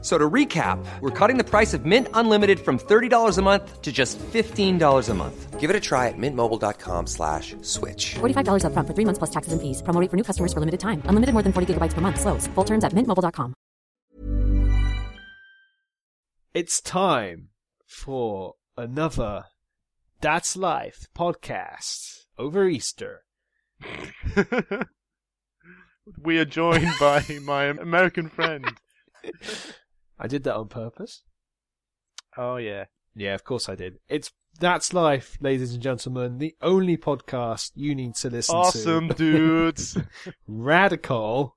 So to recap, we're cutting the price of Mint Unlimited from $30 a month to just $15 a month. Give it a try at mintmobile.com slash switch. $45 upfront for three months plus taxes and fees. Promo rate for new customers for limited time. Unlimited more than 40 gigabytes per month. Slows. Full terms at mintmobile.com. It's time for another That's Life podcast over Easter. We are joined by my American friend. I did that on purpose. Oh yeah. Yeah, of course I did. It's That's Life, ladies and gentlemen, the only podcast you need to listen Awesome to. dudes. Radical.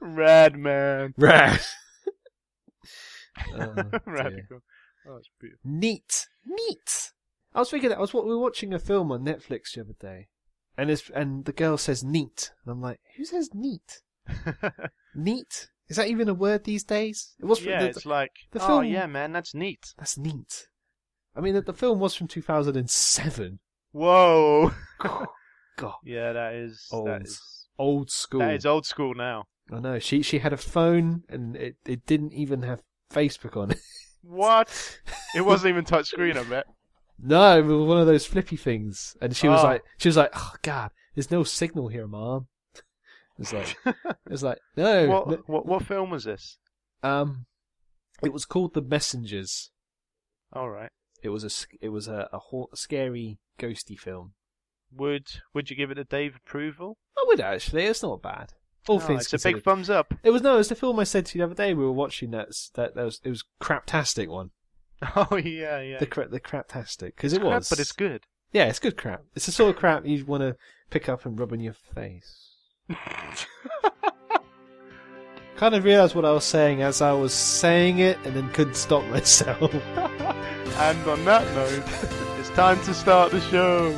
Rad man. Rad. Oh, dear. Radical. Oh, it's beautiful. Neat. Neat. I was thinking that I was what we were watching a film on Netflix the other day. And it's, and the girl says neat. And I'm like, who says neat? Neat? Is that even a word these days? It was yeah, the, it's like the oh film- yeah, man, that's neat. That's neat. I mean, the, the film was from 2007. Whoa. God, yeah, that is Old that is old school. that is old school now. I know. She she had a phone, and it, it didn't even have Facebook on it. What? it wasn't even touchscreen, I bet. no, it was one of those flippy things. And she was Oh. like, she was like, oh god, there's no signal here, mom. It's like, it's like no. no- What, what what film was this? Um, it was called The Messengers. All right. It was a s- it was a, a hor- scary ghosty film. Would would you give it a Dave approval? I would actually. It's not bad. All No, things Oh, it's a considered. big thumbs up. It was no, it was the film I said to you the other day. We were watching that. s- That, that was it was craptastic one. Oh yeah, yeah. The cra- the craptastic because It's it crap, was. but it's good. Yeah, it's good crap. It's the sort of crap you want to pick up and rub in your face. kind of realised what I was saying as I was saying it, and then couldn't stop myself. And on that note, it's time to start the show.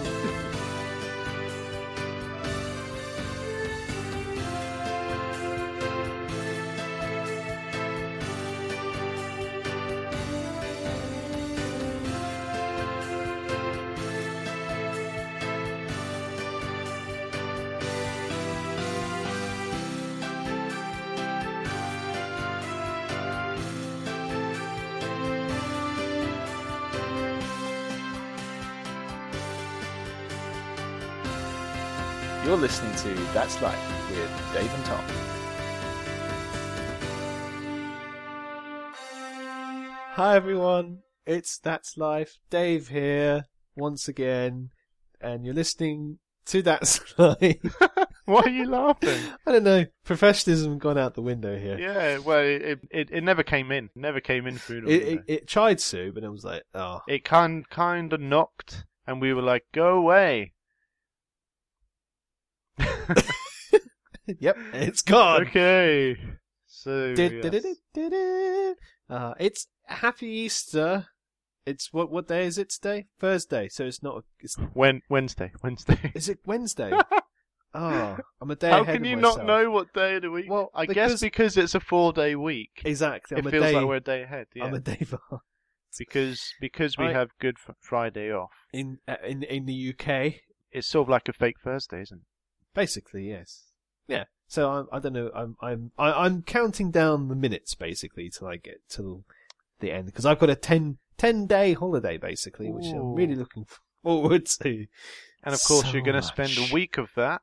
You're listening to That's Life with Dave and Tom. Hi everyone, it's That's Life. Dave here once again, and you're listening to That's Life. Why are you laughing? I don't know. Professionalism gone out the window here. Yeah, well, it, it it never came in. Never came in through the It, window. it, it tried to, but it was like, oh, It kind kind of knocked, and we were like, "Go away." yep, it's gone. okay. So Did- yes. did- did- did- did. Uh, it's Happy Easter. It's what? What day is it today? Thursday. So it's not. It's, When Wednesday, Wednesday. is it Wednesday? oh, I'm a day How ahead can of you myself. not know what day of the week? Well, I because- guess because it's a four-day week. Exactly. I'm it a feels day. like we're a day ahead. Yeah. I'm a day behind. Because because we I- have Good Fr- Friday off. in uh, in in the UK. It's sort of like a fake Thursday, isn't it? Basically, yes. Yeah. So I'm, I don't know. I'm I'm I, I'm counting down the minutes basically till I get till the end because I've got a 10, 10 day holiday basically, which I'm Ooh. really looking forward to. And of course, So you're going to spend much. a week of that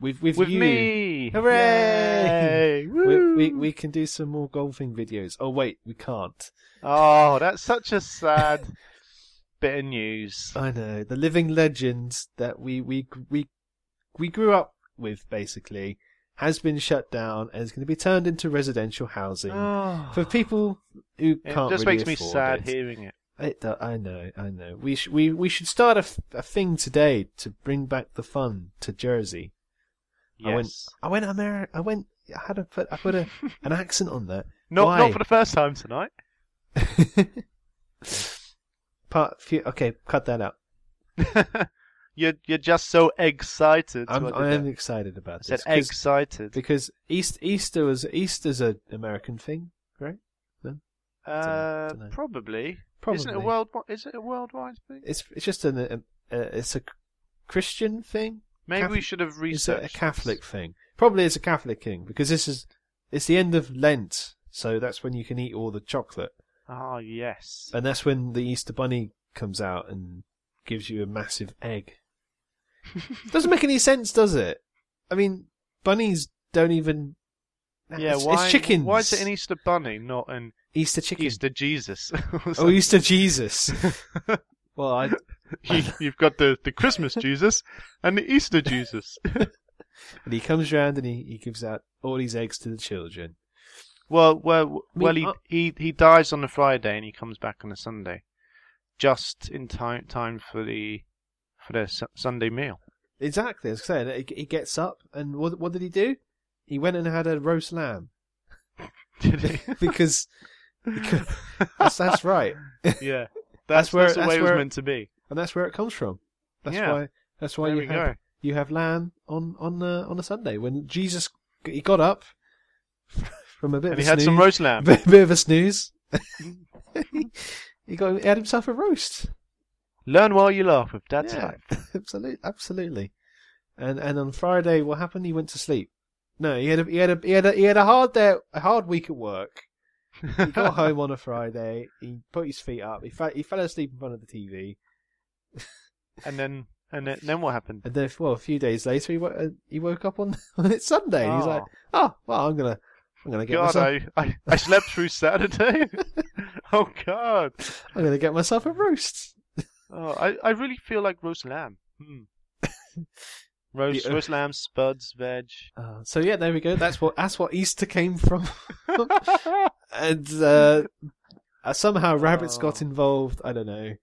With with, with you. me. Hooray! Yay! We, Woo! we we can do some more golfing videos. Oh wait, we can't. Oh, that's such a sad bit of news. I know the living legend that we we we we grew up with basically has been shut down and is going to be turned into residential housing. for people who Ah. it can't just really makes me afford sad it. hearing it. It do- I know, I know. We sh- we we should start a, f- a thing today to bring back the fun to Jersey. Yes. I went. I went Ameri- I went. I had a put. I put a, an accent on that. not, Why? not for the first time tonight. Part few, okay, cut that out. You're you're just so excited. I'm, What did I am that- excited about I this said 'cause- excited. because East Easter was Easter's an American thing, right? No, uh, dunno. probably. Isn't it a Probably. worldwide? Is it a worldwide thing? it's it's just an a, a, it's a Christian thing. Maybe we Catholic- should have Is it researched. a this. Catholic thing? Probably it's a Catholic thing because this is it's the end of Lent, so that's when you can eat all the chocolate, Ah, yes. and that's when the Easter Bunny comes out and gives you a massive egg. Doesn't make any sense, does it? I mean, bunnies don't even. yeah, it's, why? it's chickens. Why is it an Easter bunny, not an Easter chicken? Easter Jesus? Oh, Easter Jesus. well, I, you, you've got the, the Christmas Jesus and the Easter Jesus. and he comes round and he, he gives out all these eggs to the children. well, well, mean, uh, well, he, I- he he dies on a Friday and he comes back on a Sunday, just in time time for the for the su- Sunday meal. Exactly, as I said, he, he gets up and what what did he do? He went and had a roast lamb Did he? because, because that's, that's right, yeah, That's that's, where- where the that's way it was where- meant to be. and that's where it comes from. That's Yeah. why that's why There you we have go. you have lamb on on uh, on a Sunday when Jesus he got up from a bit of And he a had some snooze- roast lamb. bit, bit of a snooze. he got he had himself a roast. Learn while you laugh with Dad's yeah, life. absolutely, absolutely. And and on Friday, what happened? He went to sleep. No, he had a, he had a, he had a, he had a hard day, a hard week at work. He got home on a Friday. He put his feet up. He fell, he fell asleep in front of the TV. And then and then, then what happened? And then, well, a few days later, he wo- uh, he woke up on on it's Sunday. He's like, Ah. oh, well, I'm gonna I'm gonna get God, myself I, I, I slept through Saturday. oh God. I'm gonna get myself a roast. Oh, I, I really feel like roast lamb. Hmm. roast, Yeah. roast lamb, spuds, veg. Uh, so yeah, there we go. That's what that's what Easter came from. and uh, uh, somehow rabbits got Oh. involved. I don't know.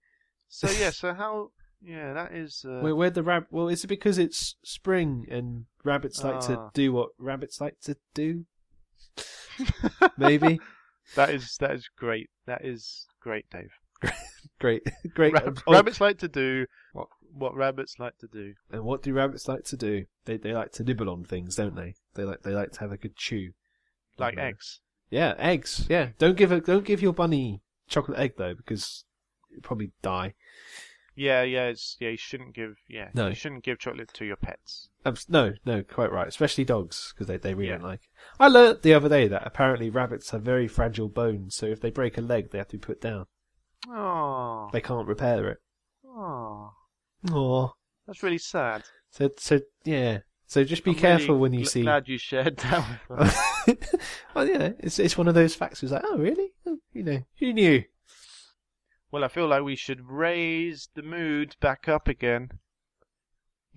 So yeah, so how? Yeah, that is. Uh, Where, where the rab? Well, is it because it's spring and rabbits like to Ah. do what rabbits like to do? Maybe. that is that is great. That is great, Dave. Great, great. Rab- oh, rabbits like to do what what rabbits like to do. And what do rabbits like to do? They they like to nibble on things, don't they? They like they like to have a good chew. Like Oh, no. eggs. Yeah, eggs. Yeah. Don't give a don't give your bunny chocolate egg though, because it'll probably die. Yeah, yeah, it's, yeah. You shouldn't give. Yeah, No. you shouldn't give chocolate to your pets. Abs- no, no, quite right. Especially dogs, because they, they really Yeah. don't like it. I learnt the other day that apparently rabbits have very fragile bones, so if they break a leg, they have to be put down. Oh, They can't repair it. oh, Aww. that's really sad. So, so yeah. So just be I'm really careful when you gl- see. Glad you shared that. With us. well, yeah, it's it's one of those facts. It's like, oh, really? Oh, you know, who knew? well, I feel like we should raise the mood back up again.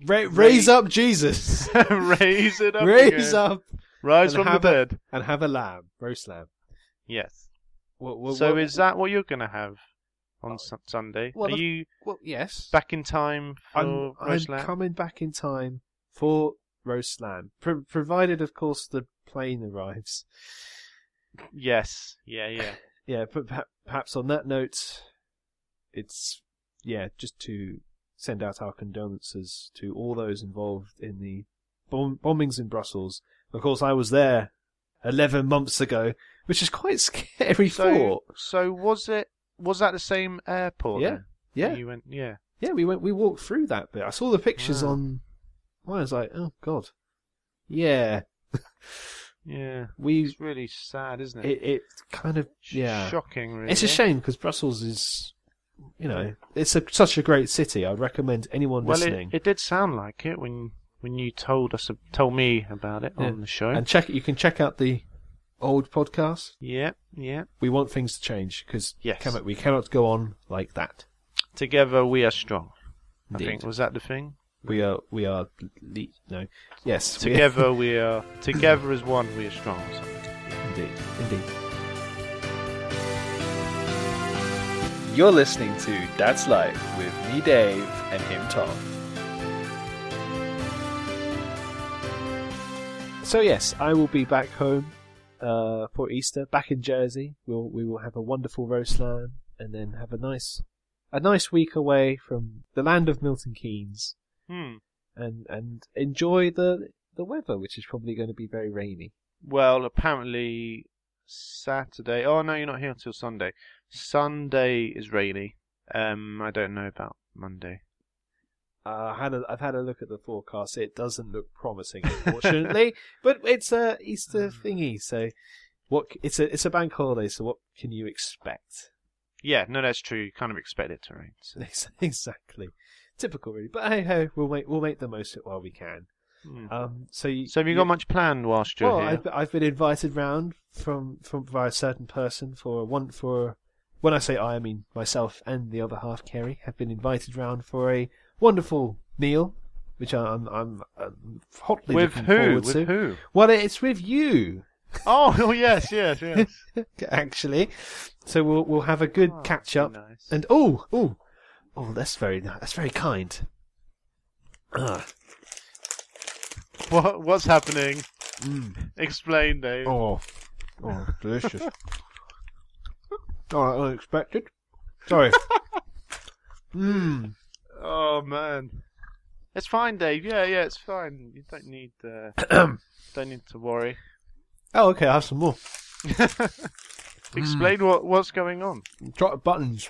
Ra- raise, Raise- up Jesus. raise it up. raise again. up Rise and from the have a- dead. and have a lamb, roast lamb. Yes. What, what, so what- is that what you're going to have Oh. on Su- Sunday? well, Are of- you well, yes. back in time I'm, for I'm roast lamb? coming back in time for roast lamb, Pro- provided, of course, the plane arrives. Yes. Yeah. Yeah. Yeah, but perha- perhaps on that note, it's yeah, just to send out our condolences to all those involved in the bomb- bombings in Brussels. Of course, I was there eleven months ago, which is quite scary so, thought. so was it? Was that the same airport? Yeah, then yeah. that You went. Yeah. Yeah, we went. We walked through that bit. I saw the pictures Wow. on. I was like, oh god, yeah. Yeah. We It's really sad, isn't it? it, it kind of Sh- yeah. Shocking. Really. It's a shame because Brussels is, you know, it's a, such a great city. I'd recommend anyone Well, it, listening it did sound like it when when you told us told me about it Yeah. on the show. and check. You can check out the old podcast. yeah. Yeah. We want things to change because Yes. we cannot go on like that. Together we are strong. I Indeed. think was that the thing. We are we are le- no yes we- Together we are. Together as one we are strong. or something. indeed indeed. You're listening to Dad's Life with me, Dave, and him, Tom. So yes, I will be back home uh, for Easter, back in Jersey. We'll we will have a wonderful roast lamb, and then have a nice a nice week away from the land of Milton Keynes Hmm. and and enjoy the the weather, which is probably going to be very rainy. Well, apparently Saturday. Oh no, you're not here until Sunday. Sunday is rainy. Um, I don't know about Monday. Uh, I had a, I've had a look at the forecast. It doesn't look promising, unfortunately. but it's a Easter Mm. thingy, so what? c- It's a it's a bank holiday, so what can you expect? Yeah, no, that's true. You kind of expect it to rain. So. exactly, typical really. But hey ho, we'll make we'll make the most of it while we can. Hmm. Um, so you, So have you got much planned whilst you're Well, here? I've, I've been invited round from from by a certain person for one for when I say I, I mean myself and the other half, Kerry, have been invited round for a wonderful meal, which I'm I'm, i hotly With looking who? forward With to. who? Well, it's with you Oh, oh yes, yes, yes. actually. So we'll we'll have a good Oh, catch that'd up. be nice. And oh oh oh, that's very ni- that's very kind. Ah, what what's happening? Hmm. mm. Explain, Dave. Oh, oh, delicious. oh, unexpected. Sorry. Mmm. Oh, man, it's fine, Dave. Yeah, yeah, it's fine. You don't need uh, don't need to worry. Oh, okay. I have some more. Hmm. Explain what what's going on. Drop buttons.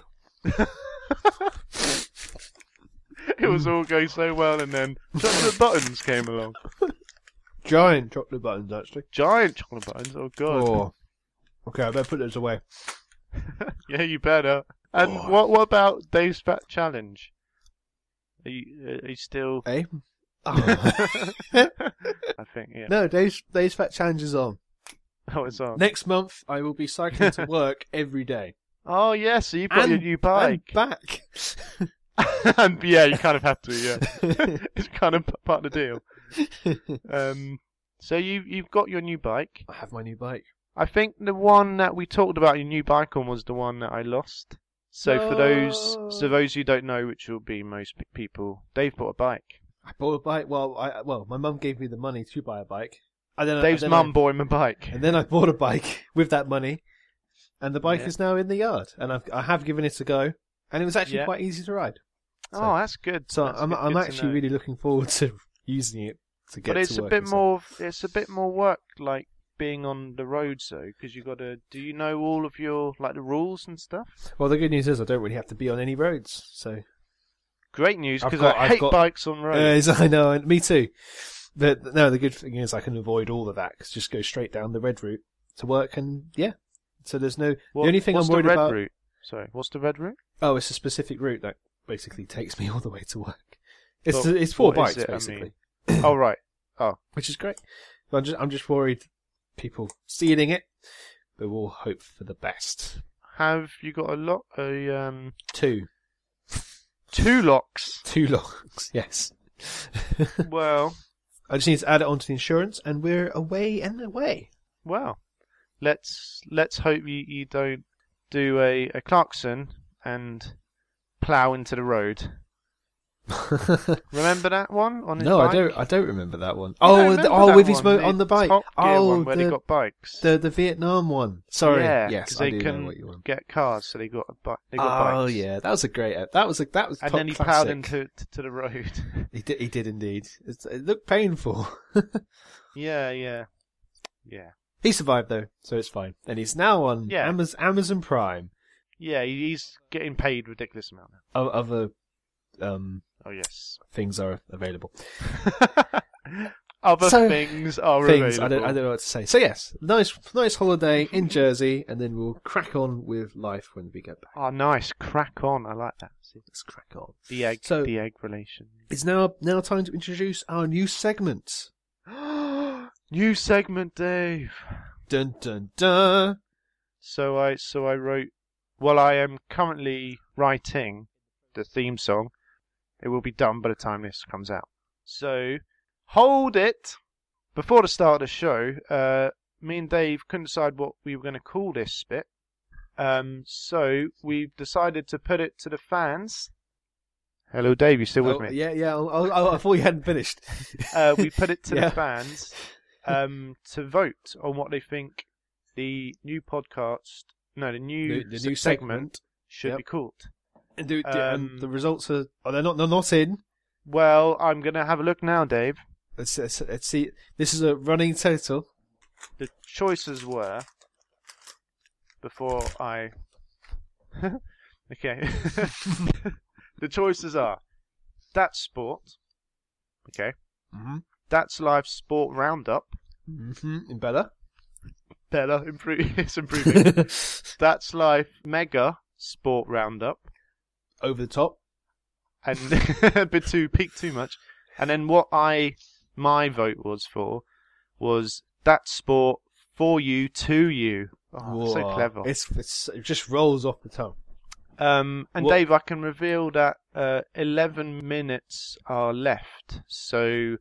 It was Hmm. all going so well, and then chocolate buttons came along. Giant chocolate buttons, actually. Giant chocolate buttons. Oh god. Oh. Okay, I better put those away. Yeah, you better. And Oh. what what about Dave's fat challenge? Are you, are you still? Eh? I think yeah. Uh, no, Dave's, Dave's fat challenge is on. Oh, it's on. Next month, I will be cycling to work every day. Oh yes, so you've got your new I'm bike. back. and yeah, you kind of have to. Yeah, it's kind of p- part of the deal. Um, so you you've got your new bike. I have my new bike. I think the one that we talked about your new bike on was the one that I lost. So for those so No. those who don't know, which will be most pe- people, Dave bought a bike. I bought a bike. Well, I well, my mum gave me the money to buy a bike. And then Uh, I Dave's then I- mum bought him a bike. And then I bought a bike with that money, and the bike Yeah. is now in the yard, and I've I have given it a go, and it was actually Yeah. quite easy to ride. oh, that's good. uh, So That's I'm good- I'm good to actually know. really looking forward to using it to get. But it's to a work bit and stuff. more. It's a bit more work, like being on the road, so because you got to. Do you know all of your like the rules and stuff? Well, the good news is I don't really have to be on any roads, so Great news I've because got- I I've hate got- bikes on roads. Uh, so I know, and me too. But no, the good thing is I can avoid all of that. 'cause just go straight down the red route to work, and yeah. So there's no. What- the only thing I'm what's worried the red about. Route? Sorry, what's the red route? Oh, it's a specific route that basically takes me all the way to work. It's Well, it's four what bikes is it? I mean- basically. oh right. Oh which is great. But I'm just, I'm just worried people stealing it, but we'll hope for the best. Have you got a lock? A um, Two, two locks. two logs, yes. well, I just need to add it onto the insurance, and we're away and away. well. Let's let's hope you, you don't do a, a Clarkson and plow into the road. Remember that one on his no, bike? I don't. I don't remember that one. You don't Oh, remember the, oh, that with his one, mo- on the bike. Top Gear oh, one where the, they got bikes. the the Vietnam one. Sorry, yeah, 'cause yes, they I do can know what you want. get cars, so they got a bike. They got Oh bikes. yeah, that was a great. ep- That was a that was. And top then he classic. plowed into to, to the road. He did. He did indeed. It's, it looked painful. yeah, yeah, yeah, he survived though, so it's fine. And he's now on Yeah. Amaz- Amazon Prime. yeah. He's getting paid ridiculous amount now. o- other um, Oh yes. things are available. Other So- things are things available. I don't I don't know what to say. So yes, nice nice holiday in Jersey, and then we'll crack on with life when we get back. Oh, nice. Crack on. I like that. See, Let's crack on. The egg, So- the egg relation. It's now now time to introduce our new segment. New segment, Dave. Dun dun dun. So I, so I wrote. Well, I am currently writing the theme song. It will be done by the time this comes out. So hold it. Before the start of the show, uh, me and Dave couldn't decide what we were going to call this bit. Um, so we've decided to put it to the fans. Hello, Dave. You still with Oh, me? Yeah yeah. I'll, I'll, I'll- I thought you hadn't finished. uh, we put it to Yeah. the fans um, to vote on what they think the new podcast, no, the new, The- the se- new segment. should Yep. be called. And do, do- and Um, the results are. Oh, they're not. They're not in. Well, I'm going to have a look now, Dave. Let's, let's, let's see. This is a running total. The choices were before I. okay. the choices are that's sport. Okay. Mm-hmm. That's live sport roundup. Mm-hmm. Better. Better, improve, it's improving. that's live mega sport roundup. Over the top. and a bit too peaked too much. And then what I my vote was for was that sport for you to you. Oh, that's so Whoa. clever. It's, it's it just rolls off the tongue. Um, and What- Dave, I can reveal that uh, eleven minutes are left. So, do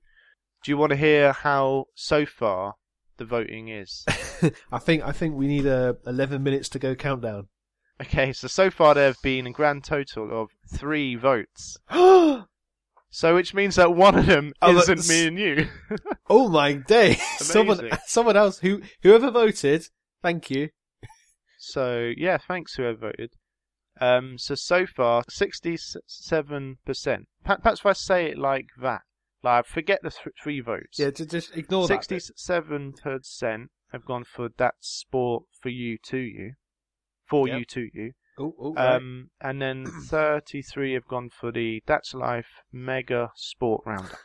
you want to hear how so far the voting is? I think I think we need a 11 minutes to go countdown. okay, so so far there have been a grand total of three votes. oh So, which means that one of them Oh, isn't that's- me and you. Oh my day! someone Amazing. someone else who whoever voted. Thank you. So yeah, thanks whoever voted. Um, so so far, sixty-seven percent. Perhaps if I say it like that, like forget the th- three votes. Yeah, just, just ignore that. sixty-seven percent have gone for that sport for you to you, for Yep. you to you. Oh, oh, right. Um, and then thirty-three have gone for the that's life mega sport roundup.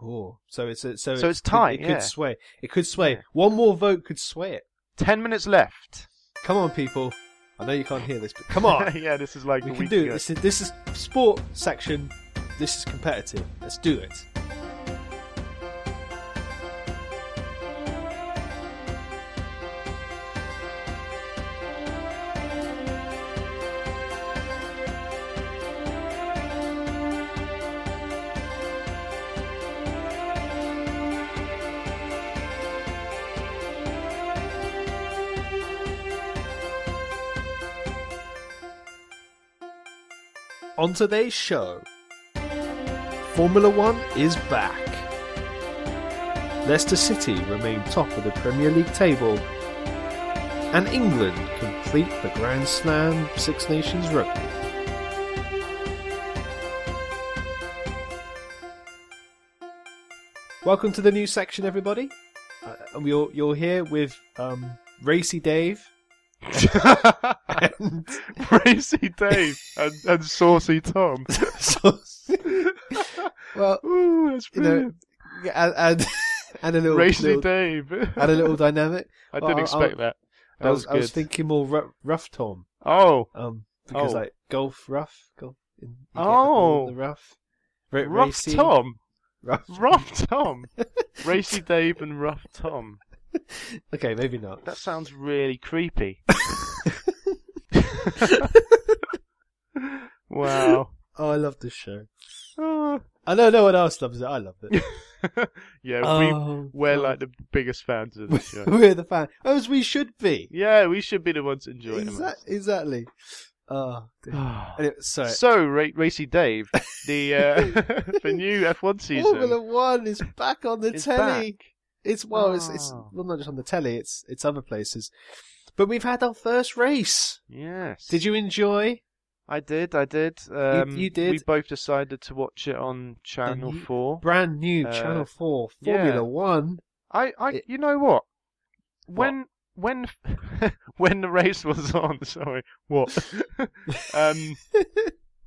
oh, so it's a, so, so it's it could- It, tight, yeah. could sway. It could sway. Yeah. One more vote could sway it. Ten minutes left. Come on, people. I know you can't hear this, but come on. yeah, this is like we a can week do it. ago. This is, this is sport section. This is competitive. Let's do it. On today's show, Formula One is back. Leicester City remain top of the Premier League table, and England complete the Grand Slam Six Nations Rugby. Welcome to the new section, everybody. Uh, and you're, you're here with um, Racy Dave. and Crazy Dave and, and Saucy Tom. so, well, Ooh, that's you know, brilliant. and and, and a little, Racy little- Dave. and a little dynamic. I Well, didn't expect that. That Oh, I was, was, good. I was thinking more rough, rough Tom, oh, um, because Oh. like golf rough, golf. In, you get the Oh. ball in the rough, Ra- rough racy, Tom. rough. Rough Tom. Racy Dave and Rough Tom. Okay, maybe not. That sounds really creepy. wow. Oh, I love this show. Ah. I know no one else loves it. I love it. yeah, Oh, we, we're God. like the biggest fans of this show. We're the fan, as we should be. yeah, we should be the ones enjoying Exa- exactly. Oh, dear. it. anyway, sorry. So, Ra- Racy Dave, the uh, the new F1 season Formula One is back on the is telly. back. It's well, it's it's Oh. well not just on the telly, it's it's other places. But we've had our first race. Yes. Did you enjoy? I did. I did. Um, you did. We both decided to watch it on Channel new- Four. Brand new Uh, Channel Four yeah. Formula One. I, I, It- you know what? When, when, when the race was on. Sorry, what? um,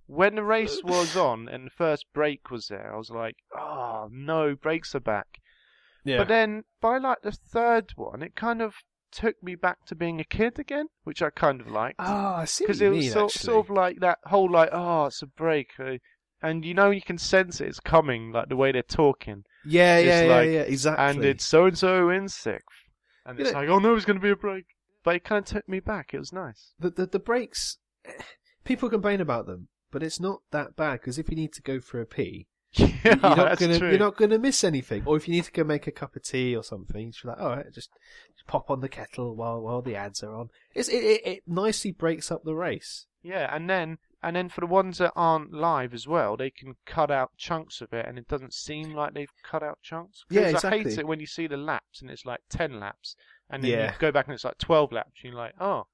when the race was on and the first break was there, I was like, oh no, breaks are back. Yeah, But then by like the third one, it kind of took me back to being a kid again, which I kind of liked. oh, I see what because you it mean. was sort, actually. sort of like that whole like oh it's a break uh, and you know you can sense it, it's coming like the way they're talking yeah, it's yeah, yeah, like- yeah, exactly. and it's so and so in sixth and You it's know- like oh no it's going to be a break but it kind of took me back it was nice the, the the breaks. People complain about them, but it's not that bad because if you need to go for a pee, yeah you're not that's gonna true you're not gonna miss anything. Or if you need to go make a cup of tea or something, you're like, all right, just, just pop on the kettle while while the ads are on. It's, it, it it nicely breaks up the race. yeah and then and then for the ones that aren't live as well they can cut out chunks of it and it doesn't seem like they've cut out chunks 'Cause Yeah, I hate exactly. it when you see the laps and it's like 10 laps and then Yeah. you go back and it's like 12 laps and you're like oh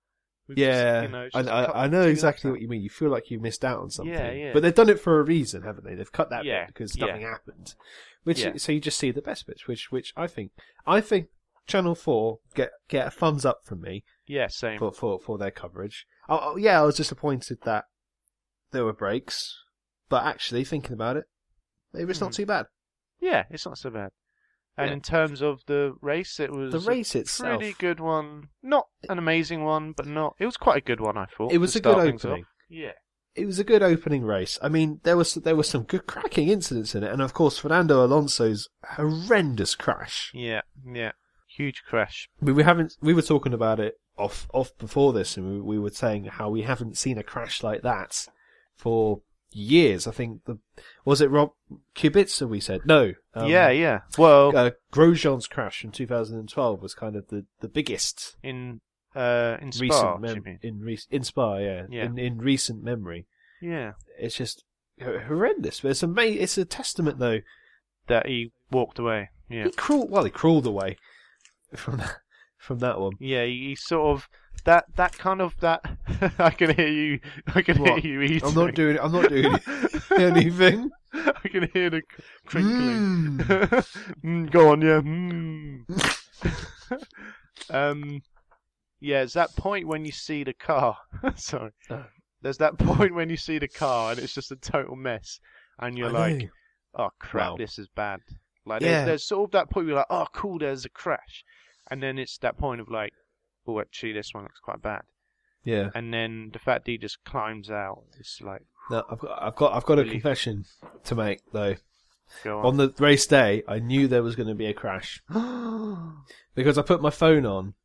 We've yeah, just, you know, I, just cut I, I know two exactly out. what you mean. You feel like you missed out on something. Yeah, yeah. But they've done it for a reason, haven't they? They've cut that Yeah, bit because yeah. nothing happened. Which Yeah. so you just see the best bits, which which I think I think Channel Four get get a thumbs up from me Yeah, same. for for, for their coverage. Oh, oh, yeah, I was disappointed that there were breaks, but actually thinking about it, maybe it's not Hmm. too bad. Yeah, it's not so bad. And Yeah. in terms of the race, it was The race a itself. pretty good one. Not an amazing one, but not. It was quite a good one, I thought. It was to a good start things off. opening. Yeah, It was a good opening race. I mean, there was there were some good cracking incidents in it, and of course Fernando Alonso's horrendous crash. yeah, yeah. Huge crash. We were having we were talking about it off off before this, and we, we were saying how we haven't seen a crash like that for years. I think the was it Rob Kubica we said no. um, yeah, yeah. Well, Uh, Grosjean's crash in 2012 was kind of the, the biggest in uh, in Spa, recent do you mem- mean? in re- in Spa, yeah, Yeah. In, in recent memory. Yeah, It's just h- horrendous, but it's ama- It's a testament though. that he walked away. Yeah, He crawled well, he crawled away from that, from that one. yeah. He, he sort of that that kind of that. I can hear you. I can What? hear you eating. I'm not doing. I'm not doing anything. I can hear the cr- crinkling. Mm, go on, yeah. Mm. um, yeah, it's that point when you see the car. Sorry. Oh. There's that point when you see the car and it's just a total mess, and you're I like, know. "Oh crap, Wow. this is bad." Like, Yeah. there's, there's sort of that point where you're like, "Oh cool, there's a crash," and then it's that point of like, "Oh, actually, this one looks quite bad." yeah. And then the fact that he just climbs out, it's like, No, I've got, I've got, I've got a Really? confession to make though. "Go On the race day, I knew there was going to be a crash because I put my phone on,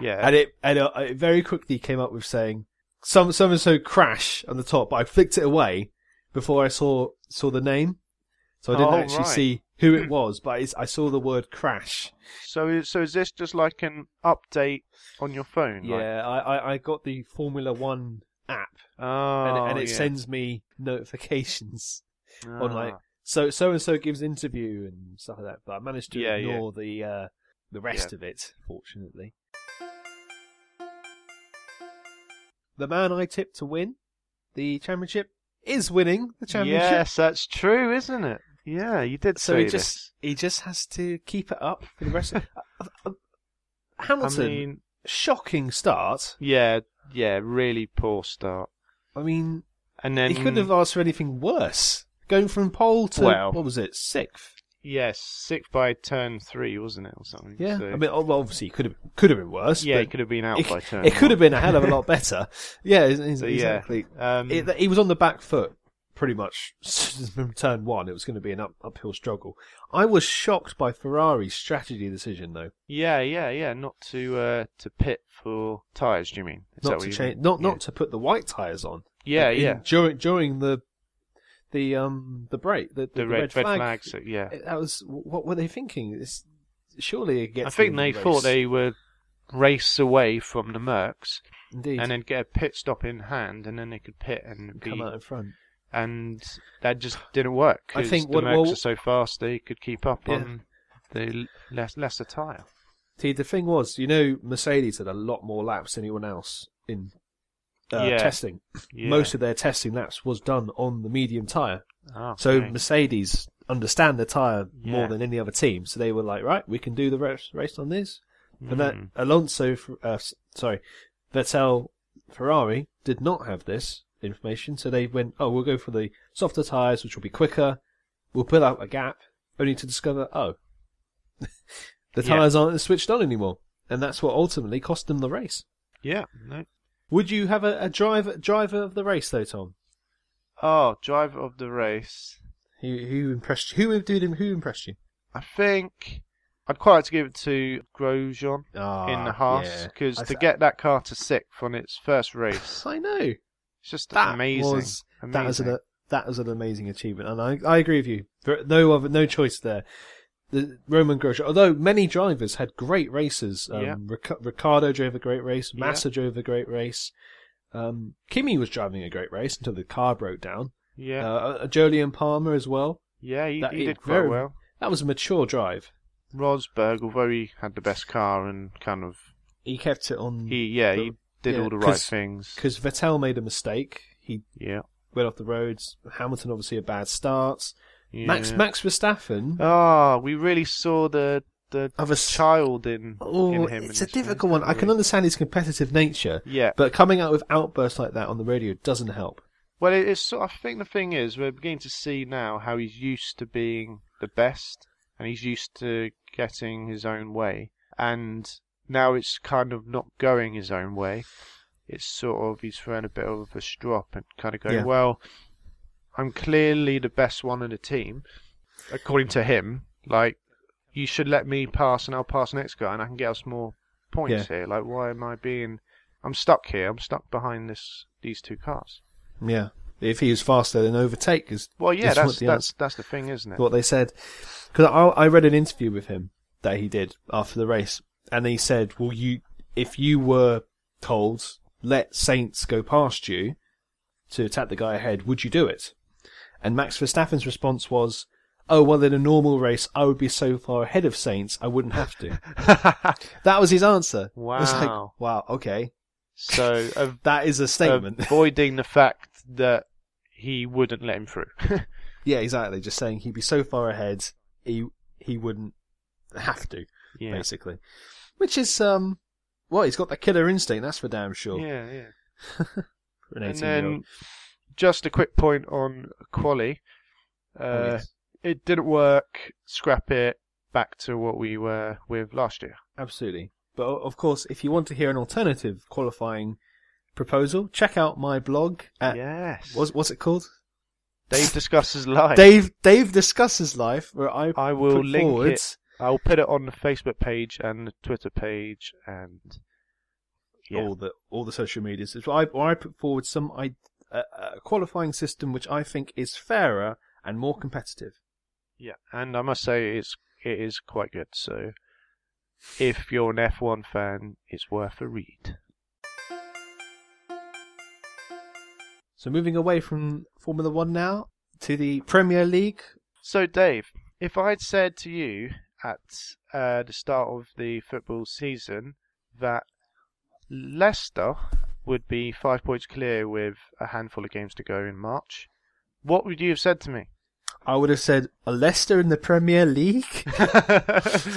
yeah, and it and it, it very quickly came up with saying some so and so crash on the top, but I flicked it away before I saw saw the name, so I didn't Oh, actually right. see who it was, but it's, I saw the word crash. So, is- so is this just like an update on your phone? Yeah, Like, I, I I got the Formula One app, oh, and, and it yeah. sends me notifications. on like Ah, so so and so gives interview and stuff like that. But I managed to Yeah, yeah. ignore the uh, the rest Yeah. of it, fortunately. The man I tipped to win the championship is winning the championship. Yes, that's true, isn't it? Yeah, you did So say he just he just has to keep it up for the rest. of uh, uh, uh, this. Hamilton, I mean, shocking start. yeah, yeah, really poor start, I mean, and then he couldn't have asked for anything worse. Going from pole to Well. what was it sixth? yes, sick by turn three, wasn't it, or something? Yeah, So- I mean, ob- obviously, it could have could have been worse. yeah, but he could have been out it, by turn. it could have one. been a hell of a lot better. Yeah, ex- ex- So, yeah, exactly. um, It- he was on the back foot pretty much from turn one. It was going to be an up, uphill struggle. I was shocked by Ferrari's strategy decision, though, yeah, yeah, yeah, not to uh, to pit for tires. Do you mean Is that not what to you change, mean? not Yeah. not to put the white tires on. Yeah, In- yeah. During during the the um the break, the, the, the the red, red flag. flags. uh, Yeah, That was what were they thinking? It's, surely it gets. I them think the they race. thought they would race away from the Mercs indeed and then get a pit stop in hand, and then they could pit and be, come out in front. and that just didn't work. I 'cause think the what- Mercs well- are so fast they could keep up Yeah. on the l- less lesser tire. See, the thing was, you know, Mercedes had a lot more laps than anyone else in uh, Yeah. testing. Yeah. Most of their testing laps was done on the medium tyre. Ah, So okay. Mercedes understand the tyre Yeah. more than any other team. So they were like, right, we can do the race, race on this. And that Mm. Alonso, uh, s- sorry, Vettel Ferrari did not have this information. So they went, oh, we'll go for the softer tyres, which will be quicker. We'll pull out a gap, only to discover, oh, the Yeah. tyres aren't switched on anymore. And that's what ultimately cost them the race. yeah, no. Would you have a, a driver driver of the race though, Tom? Oh, driver of the race. Who, who impressed you? Who did him? Who impressed you? I think I'd quite like to give it to Grosjean Ah, in the Haas because to get that car to sixth on its first race, I know. it's just That amazing. was that was amazing. an that was an amazing achievement, and I, I agree with you. There- No other no choice there. The Roman Grosjean, although many drivers had great races. Um, Yeah. Ric- Ricardo drove a great race. Yeah. Massa drove a great race. Um, Kimi was driving a great race until the car broke down. yeah, Uh, Jolyon Palmer as well. yeah, he, that he is did quite very- well. That was a mature drive. Rosberg, although he had the best car and kind of He kept it on. he yeah the he did Mm, Yeah, all the right 'cause- things. Because Vettel made a mistake. He yeah. went off the roads. Hamilton, obviously, a bad start. yeah. Max Max Verstappen. Ah, we really saw the the Of a s- child in, oh, in him. in it's this a one, difficult one. I really. can understand his competitive nature. Yeah. But coming out with outbursts like that on the radio doesn't help. Well, it- it's. sort- I think the thing is, we're beginning to see now how he's used to being the best, and he's used to getting his own way, and now it's kind of not going his own way. It's sort of he's throwing a bit of a strop and kind of going, Yeah. well, I'm clearly the best one in the team, according to him. Like, you should let me pass, and I'll pass the next guy, and I can get us more points here. Like, why am I being? I'm stuck here. I'm stuck behind this these two cars. Yeah. If he was faster, then overtake is Well, yeah, is that's what the that's that's the thing, isn't it? what they said. Because I, I read an interview with him that he did after the race, and he said, "Well, you, if you were told let Saints go past you to attack the guy ahead, would you do it?" And Max Verstappen's response was, "Oh, well, in a normal race, I would be so far ahead of Saints, I wouldn't have to." that was his answer. It was like, Wow. wow. Okay. so av- That is a statement. avoiding the fact that he wouldn't let him through. yeah, exactly. Just saying he'd be so far ahead, he he wouldn't have to. yeah. basically. Which is um, well, he's got the killer instinct. That's for damn sure. yeah, yeah. for an And 18-year-old. then just a quick point on quali. Uh, Oh, yes. It didn't work. Scrap it. Back to what we were with last year. absolutely. But o- of course, if you want to hear an alternative qualifying proposal, check out my blog at yes. what's, what's it called? Dave discusses live. Dave Dave discusses life, where I I will put link forward- it. I'll put it on the Facebook page and the Twitter page and yeah. all the all the social medias. It's where I, where I put forward some I, uh, uh, qualifying system which I think is fairer and more competitive. Yeah, and I must say it's it is quite good. So if you're an F1 fan, it's worth a read. So moving away from Formula One now to the Premier League. So Dave, if I'd said to you at uh, the start of the football season that Leicester would be five points clear with a handful of games to go in March, what would you have said to me? I would have said "Are Leicester in the Premier League.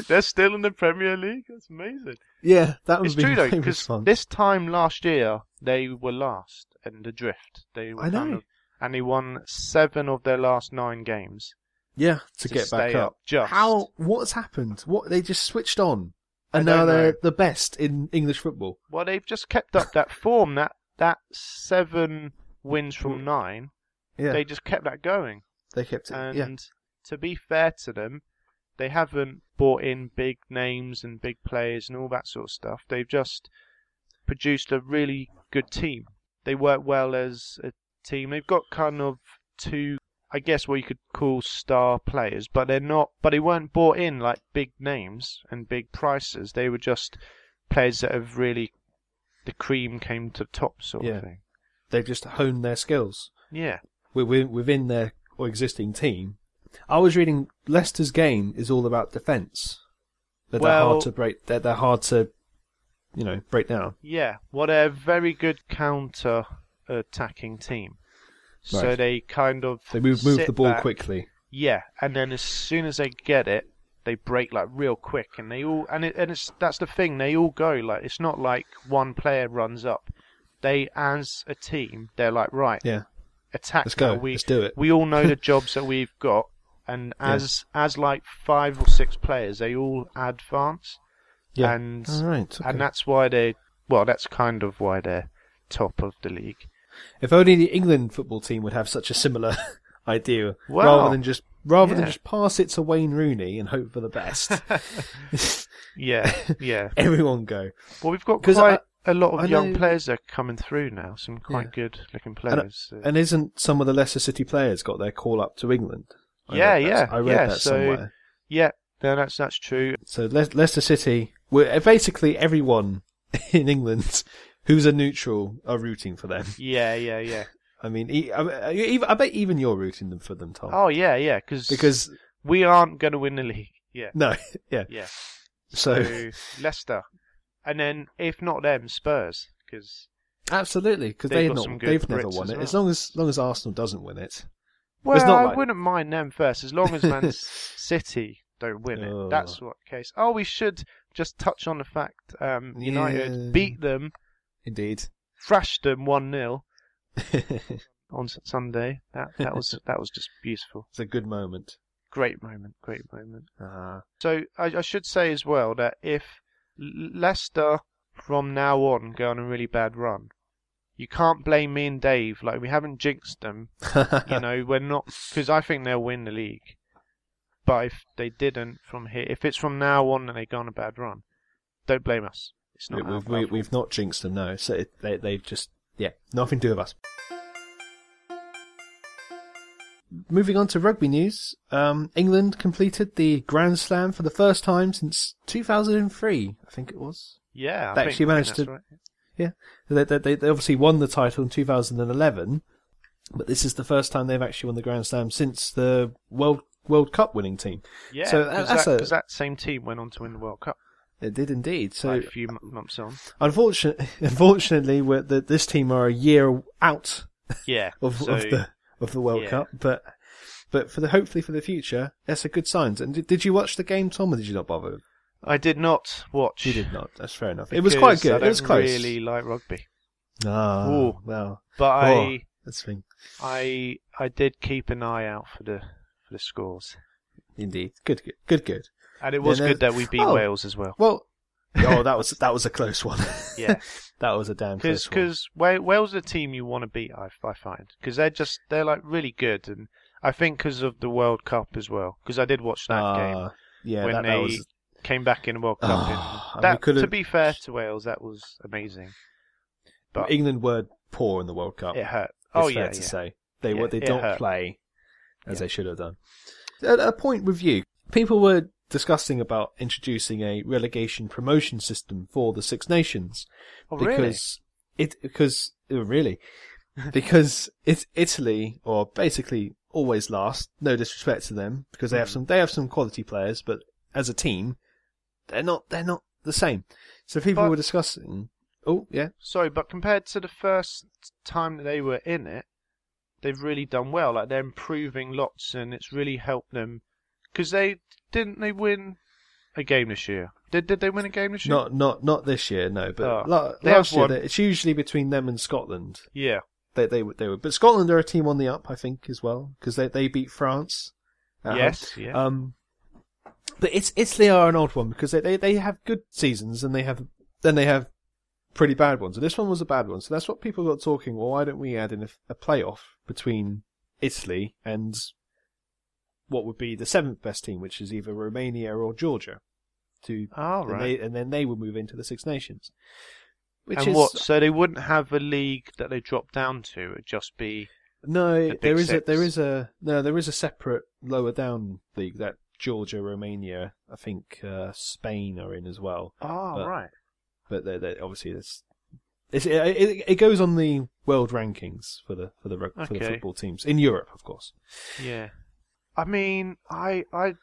They're still in the Premier League. That's amazing. yeah, that would It's be true though, my because response. this time last year they were last in the drift. They were I kind know. of- and they won seven of their last nine games. yeah, to, to get stay back up. up, just. How? What's happened? What they just switched on, I and now don't they're know. the best in English football. Well, they've just kept up that form. That that seven wins from nine, Yeah, they they, just kept that going. kept it. And yeah, to be fair to them, they haven't bought in big names and big players and all that sort of stuff. They've just produced a really good team. They work well as a team. They've got kind of two, I guess, what you could call star players, but they're not. But they weren't bought in like big names and big prices. They were just players that have really the cream came to top sort Yeah. of thing. they've just honed their skills Yeah. within, within their or existing team. I was reading Leicester's game is all about defence. That they're Well- hard to break. That they're hard to, you know, break down. Yeah, well, they're a very good counter attacking team. So Right. they kind of They move move sit the ball back. quickly. Yeah, and then as soon as they get it, they break like real quick, and they all and it, and it's that's the thing. They all go like it's not like one player runs up. They as a team, they're like right, Yeah, attack. Let's go. now. We, Let's do it. We all know the jobs that we've got, and Yeah. as as like five or six players, they all advance yeah. and all right, okay. and that's why they well that's kind of why they're top of the league If only the England football team would have such a similar idea, Wow. rather than just rather than Yeah. just pass it to Wayne Rooney and hope for the best. yeah yeah Everyone go. well we've got 'Cause quite a lot of I young know- players that are coming through now some quite Yeah. good looking And, players so- and isn't some of the Leicester City players got their call up to England? I Yeah, read that- yeah, I read yeah, that so- somewhere. yeah no that's that's true So Le- Leicester City, we're, basically everyone in England who's a neutral are rooting for them. yeah yeah yeah I mean, e- I, I- I bet even you're rooting them for them, Tom, oh yeah yeah cause because we aren't going to win the league yeah no, yeah. yeah So So, leicester and then if not them spurs 'cause because Absolutely, because They've they got not, some good they've never Brits won as it. well. As long as, long as Arsenal doesn't win it, well, not I like- wouldn't mind them first as long as Man City don't win it. Oh. That's what case. Oh, we should just touch on the fact um, United Yeah. beat them, indeed. thrashed them one 0 on S- Sunday. That that was that was just beautiful. It's a good moment. Great moment. Great moment. Uh, So I, I should say as well that if L- Leicester from now on go on a really bad run, you can't blame me and Dave. Like we haven't jinxed them. You know we're not because I think they'll win the league. But if they didn't from here, if it's from now on and they go on a bad run, don't blame us. It's not. our we've, we, fault. we've not jinxed them, no. So it, they, they've just, yeah, nothing to do with us. Moving on to rugby news. Um, England completed the Grand Slam for the first time since 2003, I think it was. yeah, I they actually think- I think managed that's to- right. Yeah, they, they, they they obviously won the title in 2011, but this is the first time they've actually won the Grand Slam since the World World Cup winning team. Yeah, so uh, because that's that, a- 'cause that same team went on to win the World Cup It did indeed. So like, a few m- months on. unfortunately, unfortunately, we're, the, this team are a year out Yeah, of, so of the of the World yeah. Cup, but but for the hopefully for the future, that's a good sign. And did, did you watch the game, Tom, or did you not bother? I did not watch. You did not. That's fair enough. It was quite because I good. don't It was close. Really like rugby, Ah, Ooh. well, but oh, I, that's the thing. I, I did keep an eye out for the for the scores, Indeed, good, good, good, good. and it was Yeah, no- good that we beat Oh. Wales as well. Well, oh, that was that was a close one. Yeah. that was a damn Because close one. because Wales are a team you want to beat, I, I find, because they're just they're like really good, and I think because of the World Cup as well. Because I did watch that game Ah, yeah, when that, they that was came back in the World Cup. Ah, and and we that, to could've- be fair to Wales, that was amazing, but England were poor in the World Cup. it hurt. It's oh fair yeah, to yeah. say they Yeah, were they it don't hurt. play as Yeah. they should have done. At a point with you, people were discussing about introducing a relegation promotion system for the Six Nations Oh, really? because it because uh, really because it's Italy or basically always last. No disrespect to them because they have Mhm. some they have some quality players, but as a team, they're not they're not the same. So people But- were discussing. Oh yeah, Sorry, but compared to the first time that they were in it, they've really done well. Like they're improving lots, and it's really helped them. Because they didn't they win a game this year? Did did they win a game this year? Not not not this year, no. But Oh. la- They last have year, one. they- it's usually between them and Scotland. Yeah. They they were they were, but Scotland are a team on the up, I think, as well because they they beat France. at home. Yes, yeah. Um, but it's Italy are an odd one because they, they they have good seasons and they have then they have pretty bad ones. And this one was a bad one, so that's what people got talking. Well, why don't we add in a, a playoff between Italy and what would be the seventh best team, which is either Romania or Georgia, to Oh, and, right. they, and then they would move into the Six Nations. Which and is what? So they wouldn't have a league that they drop down to. It'd just be no, Big there is Six? a there is a no, there is a separate lower down league that Georgia, Romania, I think uh, Spain are in as well. oh But- right. But they they obviously it's, it's it, it, it goes on the world rankings for the for the rug- for the Okay. football teams in Europe, of course. Yeah. I mean, I I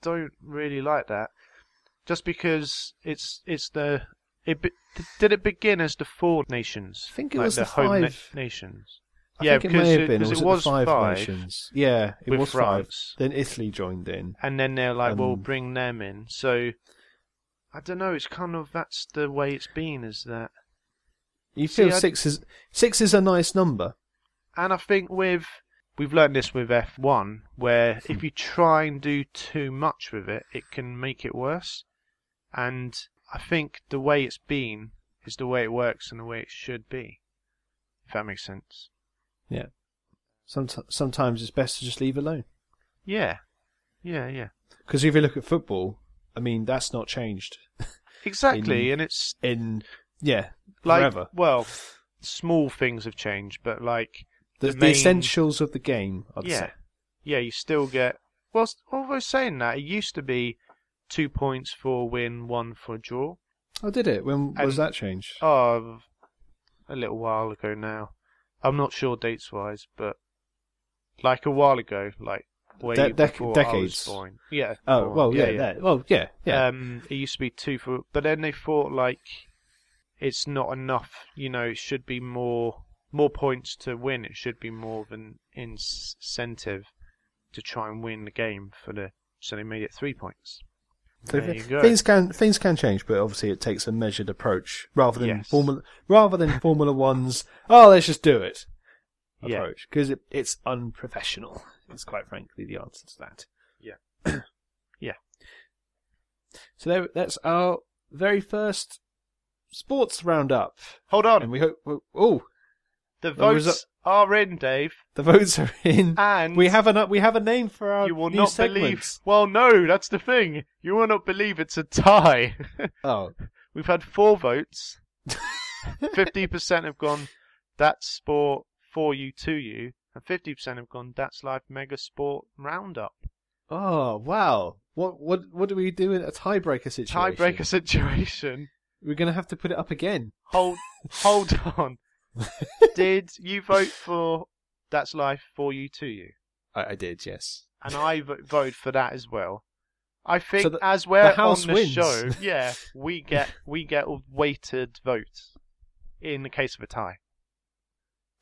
don't really like that, just because it's it's the it be, did it begin as the four nations? I think it Like was the home na- five- nations. I yeah, think it because may have been. because or it was was it the five, nations. Yeah, it with was France. five. Then Italy joined in. and then they're like, "Well, Um, bring them in." So I don't know. It's kind of that's the way it's been, is that? You See, feel I- six is six is a nice number. And I think with we've learned this with F1, where Hmm. if you try and do too much with it, it can make it worse. And I think the way it's been is the way it works and the way it should be. If that makes sense. Yeah. Sometimes, sometimes it's best to just leave alone. Yeah. Yeah, yeah. Because if you look at football, I mean, that's not changed Exactly, In- and it's in, yeah, like forever. well, small things have changed, but like The, the the, main- essentials of the game, I'd yeah, say. yeah, you still get. Well, s- although saying that, it used to be two points for win, one for draw. Oh, did it? When was And- that changed? Oh, a little while ago now. I'm not sure dates wise, but like a while ago, like way De- dec- before I was decades. born. Yeah. Um, Oh, born. well, yeah, yeah. Well, yeah, yeah. Um, it used to be two for, but then they thought like it's not enough. You know, it should be more more points to win. It should be more of an incentive to try and win the game for the. So they made it three points. So There thi- you go. things can things can change, but obviously it takes a measured approach rather than Yes. formula rather than Formula One's. Oh, let's just do it Yeah. approach because it, it's unprofessional. It's quite frankly the answer to that. Yeah. yeah. So there, that's our very first sports roundup, Hold on, and we hope. Oh, the the votes result- are in, Dave, the votes are in. and we have a we have a name for our you will new not segments. believe. Well, no, that's the thing. You will not believe it's a tie. Oh, We've had four votes. Fifty percent have gone. That's sport for you to you, and fifty percent have gone. That's life mega sport roundup. oh, wow. What what what do we do in a tiebreaker situation? Tiebreaker situation. We're gonna have to put it up again. Hold, hold on. Did you vote for that's life for you to you? I, I did, yes. And I vo- voted for that as well. I think the- as we're the house on the wins. show, yeah, we get we get a weighted votes in the case of a tie.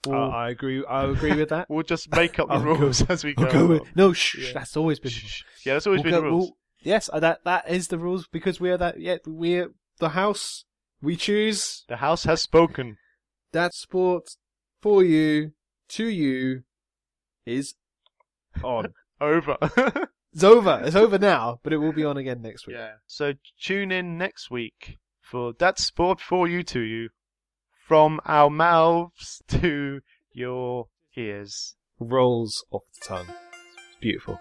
Uh, I agree. I agree with that. We'll just make up the I'll go- rules as we go. I'll go with- along. no, shh. Yeah. That's always been. Yeah, that's always We'll go- been the rules. we'll- yes, uh, that that is the rules because we are that. Yeah, we're the house. We choose The house has spoken. that sport for you to you is on. Over. it's over. It's over now, but it will be on again next week. yeah. So tune in next week for that's sport for you to you, from our mouths to your ears. Rolls off the tongue. Beautiful.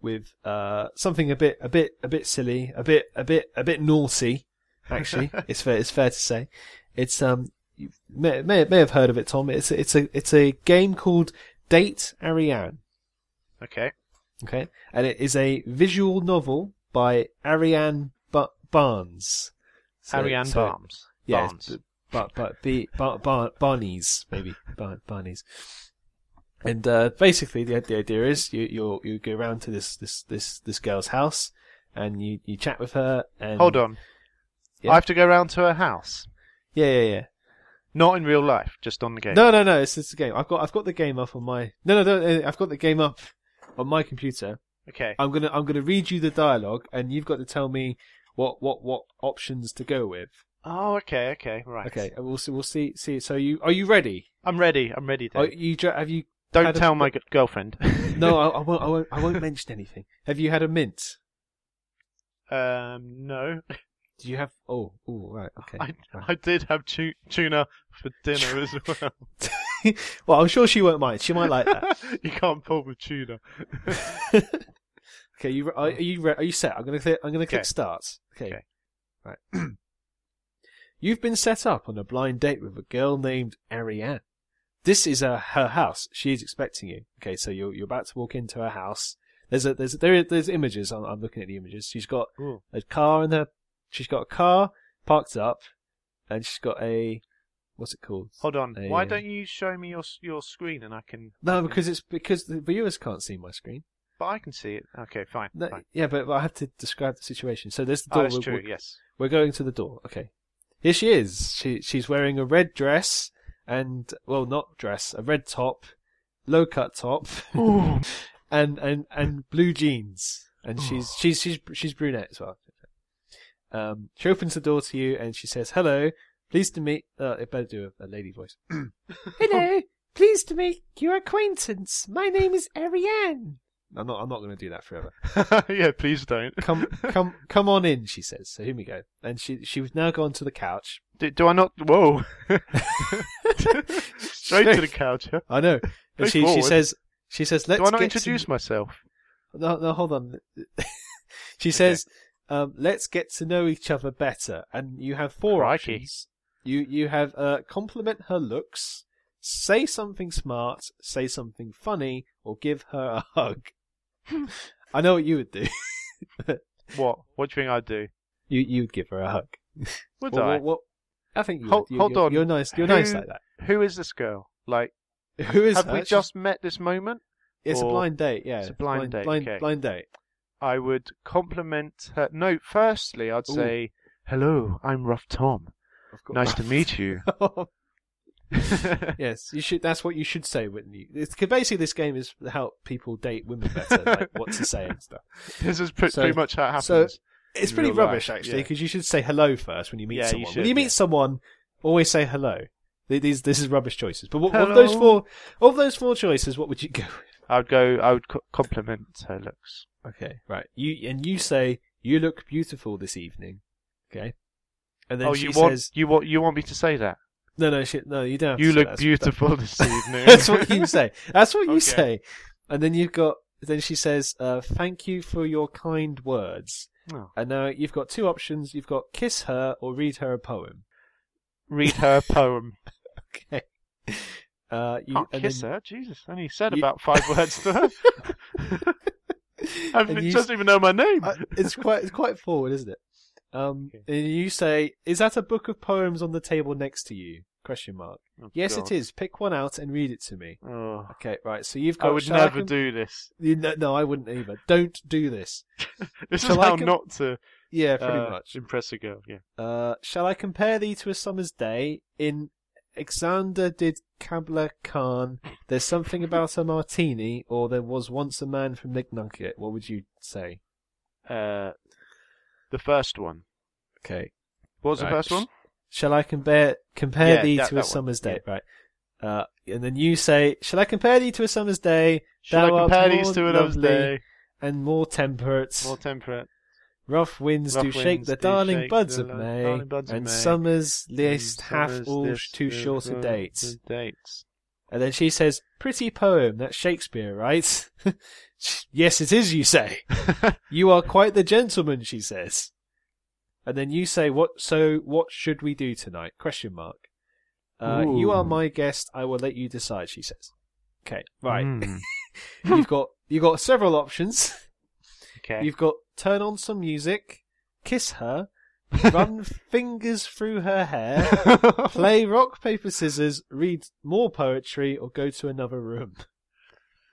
with uh, something a bit, a bit, a bit silly, a bit, a bit, a bit naughty. Actually, it's fair. It's fair to say, it's um, you may, may may have heard of it, Tom. It's it's a it's a game called Date Ariane. Okay. Okay, and it is a visual novel by Ariane ba- Barnes. So- Ariane so- Barnes. Yeah, Barnes. it's but but be bar, bar, Barney's maybe bar, Barney's. And uh, basically, the the idea is you you you go round to this this this this girl's house, and you you chat with her. And Hold on. Yeah. I have to go round to her house. yeah yeah Not in real life, just on the yeah. game. No no no, it's it's a game. I've got I've got the game up on my no no no. I've got the game up on my computer. Okay. I'm gonna I'm gonna read you the dialogue, and you've got to tell me what what what options to go with. Oh, okay, okay, right. Okay, and we'll see we'll see see. So you are you ready? I'm ready. I'm ready. Dave. Are you dra- have you Don't Oh, had a- tell my g- girlfriend. no, I, I won't. I won't. I won't mention anything. Have you had a mint? um, no. Do you have? Oh, oh, right, okay. I, I did have tu- tuna for dinner as well. well, I'm sure she won't mind. She might like that. you can't pull with tuna. okay, you re- are, are you re- are you set? I'm gonna click. I'm gonna click Hmm. Okay. start. Okay. Okay. Right. You've been set up on a blind date with a girl named Ariane. This is uh, her house. She is expecting you. Okay, so you're you're about to walk into her house. There's a there's there is, there's images. I'm, I'm looking at the images. She's got Ooh. a car in her. She's got a car parked up, and she's got a what's it called? Hold on. A- Why don't you show me your s- your screen and I can? uh, No, because it's because the viewers can't see my screen. But I can see it. Okay, fine. No, fine. yeah, but, but I have to describe the situation. So there's the Oh, door. that's we're, true. we're- Yes. we're going to the door. Okay, here she is. She she's wearing a red dress and well, not dress, a red top, low cut top, and and and blue jeans. And she's she's she's she's brunette as well. Um, she opens the door to you and she says, "Hello, pleased to meet." Uh, it better do a, a lady voice. Hello, pleased to make your acquaintance. My name is Ariane. I'm not I'm not going to do that forever. yeah. Please don't. come come come on in she says so here we go and she she was now gone to the couch Do, do I not? Whoa. Straight to the Straight- couch. Huh? i know Very but she she forward. says she says let's Do I not get introduce to... myself? no no hold on she says um let's get to know each other better and you have four Crikey. options you you have uh compliment her looks say something smart say something funny or give her a hug i know what you would do What? What do you think I'd do? you you would give her a hug Would Well, I? well, well, I think you Hold- would. You- hold you're, on. You're nice. You're Who- nice like that. Who is this girl? Like, Who is have her? we She's- just met this moment? It's or- a blind date, yeah. It's a blind date, Blind, okay. blind date. I would compliment her. No, firstly, I'd Ooh. say, "Hello, I'm Rough Tom. Nice to meet you." yes, you should. That's what you should say, wouldn't you? It's, 'cause basically, this game is to help people date women better, like what to say and stuff. this is pre- So- pretty much how it so- happens. It's In pretty real life, rubbish, actually, yeah. because you should say hello first when you meet Yeah, you someone. should, when you meet yeah. someone, always say hello. Th- These this is rubbish choices. But what, of Hello. those four, of those four choices, what would you go with? I would go. I would co- compliment her looks. Okay, right. You and you say you look beautiful this evening. Okay, and then oh, she you want says, you want you want me to say that? "No, no, shit, no, you don't." Have You to say look that. That's- that's- beautiful this evening. That's what you say. That's what you Okay. say. And then you've got. Then she says, uh, "Thank you for your kind words." Oh. And now you've got two options. You've got kiss her or read her a poem. Read her poem. Okay. Uh, you, Can't and kiss then- her. Jesus, I only said You- about five words to her. I And you- doesn't even know my name. Uh, it's quite it's quite forward, isn't it? Um, And you say, "Is that a book of poems on the table next to you?" Question mark. Oh, yes, God. it is. Pick one out and read it to me. Oh, Okay, right. So you've I got. would shall never com- do this. You know- no, I wouldn't either. Don't do this. This is Shall I how com- not to Yeah, pretty uh, much. impress a girl. Yeah. Uh, shall I compare thee to a summer's day? In Alexander did Kabla Khan. There's something about a martini, or there was once a man from Nignucket. What would you say? Uh, the first one. Okay. What was Right. the first one? Shall I compare compare Yeah, thee that- to that a one. summer's day? Right. Uh, and then you say, shall I compare thee to a summer's day? Should I Thou art compare these more to another lovely day? And more temperate. More temperate. rough winds Rough do shake winds the do darling shake buds the of lo- May, darling buds of and May, summer's list half Summer's all Mm, this, too the short a one, date. the Dates. And then she says, Pretty poem, that's Shakespeare, right? yes, it is, you say. you are quite the gentleman, she says. And then you say, What so what should we do tonight? Question mark. Uh, you are Ooh. my guest, I will let you decide, she says. Okay, right. Mm, you've got you've got several options. okay. You've got turn on some music, kiss her, run fingers through her hair, play rock, paper, scissors, read more poetry, or go to another room.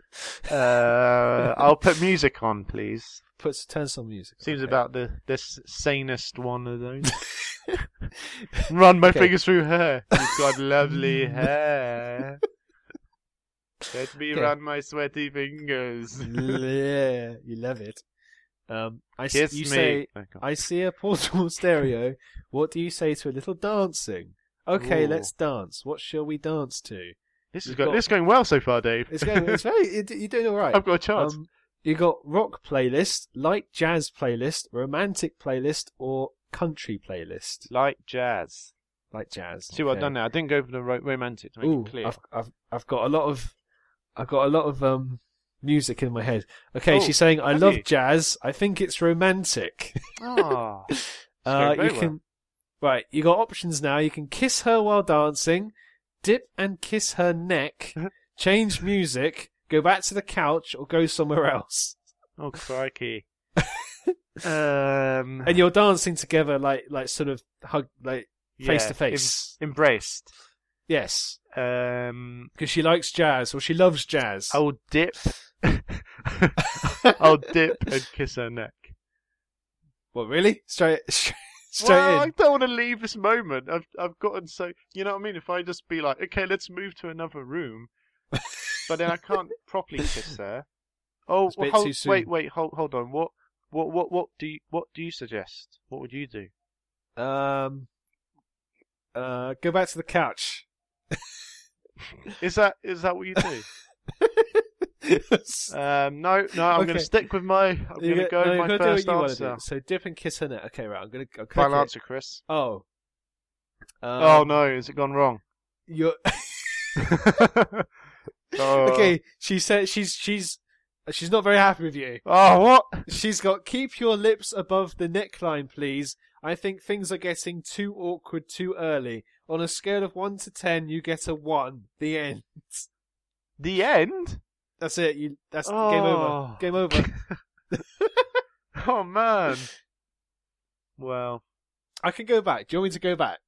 Uh, I'll put music on, please. Puts turn some music. on, Seems okay. about the the s- sanest one of those. Run my Okay. fingers through her. You've got lovely hair. Let me Okay. run my sweaty fingers. yeah, you love it. Um, I s- Kiss you me. say Oh, God. I see a portable stereo. What do you say to a little dancing? Okay, Ooh. let's dance. What shall we dance to? This is You've go- got- this is going well so far, Dave. It's going. It's very. You're d- you're doing all right. I've got a chance. Um, you got rock playlist, light jazz playlist, romantic playlist, or country playlist, like jazz. like jazz. See what I've Okay. done now? I didn't go for the ro- romantic to make Ooh, it clear. I've, I've I've got a lot of I've got a lot of um music in my head. Okay, Oh, she's saying I have love you? jazz. I think it's romantic. Ah, Uh, going you very well. can right. You got options now. You can kiss her while dancing, dip and kiss her neck, change music, go back to the couch, or go somewhere else. oh crikey. um, and you're dancing together like like sort of hug like face to face. em- embraced. Yes, Um, because she likes jazz or she loves jazz. I'll dip. I'll dip and kiss her neck. well, really? Straight, straight, straight Well, I in. don't want to leave this moment. I've I've gotten so you know what I mean. If I just be like, okay, let's move to another room, but then I can't properly kiss her. Oh, It's a bit hold, too soon. wait, wait, hold, hold on. What, what, what, what do you, what do you suggest? What would you do? Um, uh, go back to the couch. Is that is that what you do? um, no, no. I'm going Okay. to stick with my. I'm going to You're go no, you're with my gonna first do what you wanna answer. Do. So dip and kiss her neck. Okay, right. I'm gonna. I'm gonna Final click- answer, Chris. Oh. Um, oh no, Uh. has it gone wrong? You're Oh. okay. She said she's she's she's not very happy with you. Oh what? She's got keep your lips above the neckline, please. I think things are getting too awkward too early. On a scale of one to ten, you get a one. The end. The end? That's it. You. That's game over. Oh. Game over. Oh man. Well, I can go back. Do you want me to go back?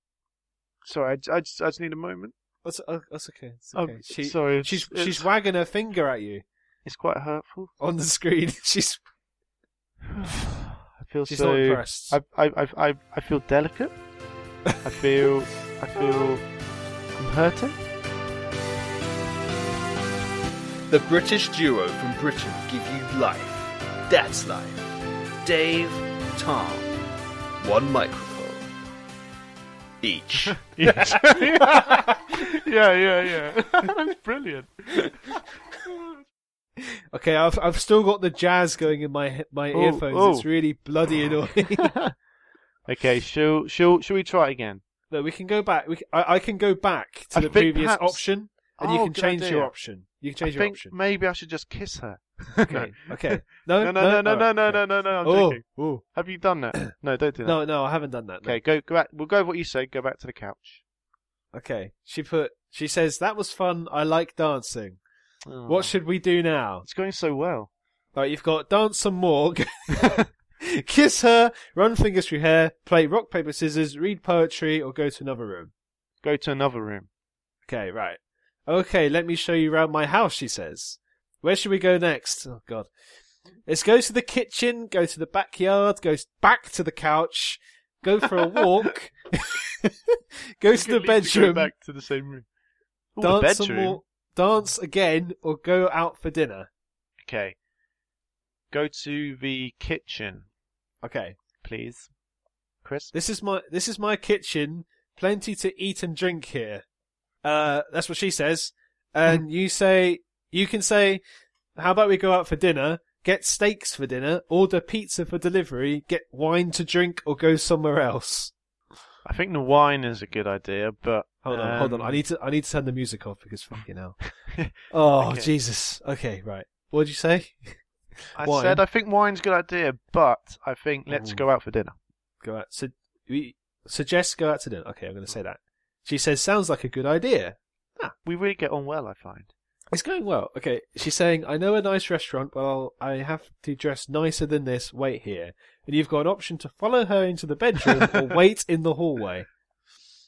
sorry. I, j- I just I just need a moment. That's, oh, that's okay. It's Oh, okay. she, sorry, it's- she's it's- she's wagging her finger at you It's quite hurtful. on the screen. she's I feel She's so. not impressed. I, I I I I feel delicate. I feel I feel I'm hurting. The British duo from Britain give you life. That's life. Dave, Tom, one microphone. Each. yeah, yeah, yeah. That's brilliant. okay. I've I've still got the jazz going in my he- my Oh, earphones. It's oh. really bloody annoying. Okay, shall shall shall we try again? no, we can go back. We can, I, I can go back to I the think previous perhaps- option, and you Oh, can good change your idea. option. You can I change your think option. maybe I should just kiss her. Okay. okay. No. No, no, no, no, no, Alright, no, okay. no, no, no. I'm Oh, joking. oh. Have you done that? No, don't do that. No, no, I haven't done that. no. Okay, go, go back. We'll go with what you say. Go back to the couch. Okay. She put. She says that was fun. I like dancing. Oh. What should we do now? It's going so well. All right, you've got dance some more, kiss her, run fingers through hair, play rock paper scissors, read poetry, or go to another room. Go to another room. Okay, right. Okay, let me show you round my house. She says, "Where should we go next?" Oh God, let's go to the kitchen, go to the backyard, go s- back to the couch, go for a walk, go to the At least we go bedroom, back to the same room. Ooh, the dance some bedroom. more, dance again, or go out for dinner. Okay. Go to the kitchen, Okay, please. Chris? This is my this is my kitchen. Plenty to eat and drink here. Uh, that's what she says. Mm-hmm. And you say you can say, how about we go out for dinner? Get steaks for dinner. Order pizza for delivery. Get wine to drink, or go somewhere else. I think the wine is a good idea, but. Hold on, um, hold on. I need to I need to turn the music off because fucking hell. Oh Okay. Jesus. Okay, right. What did you say? I wine. Mm. said I think wine's a good idea, but I think let's go out for dinner. go out. So we suggest go out to dinner. Okay, I'm going to say that. She says sounds like a good idea. We really get on well, I find. It's going well. Okay, she's saying, I know a nice restaurant, but I'll, I have to dress nicer than this. Wait here. And you've got an option to follow her into the bedroom or wait in the hallway.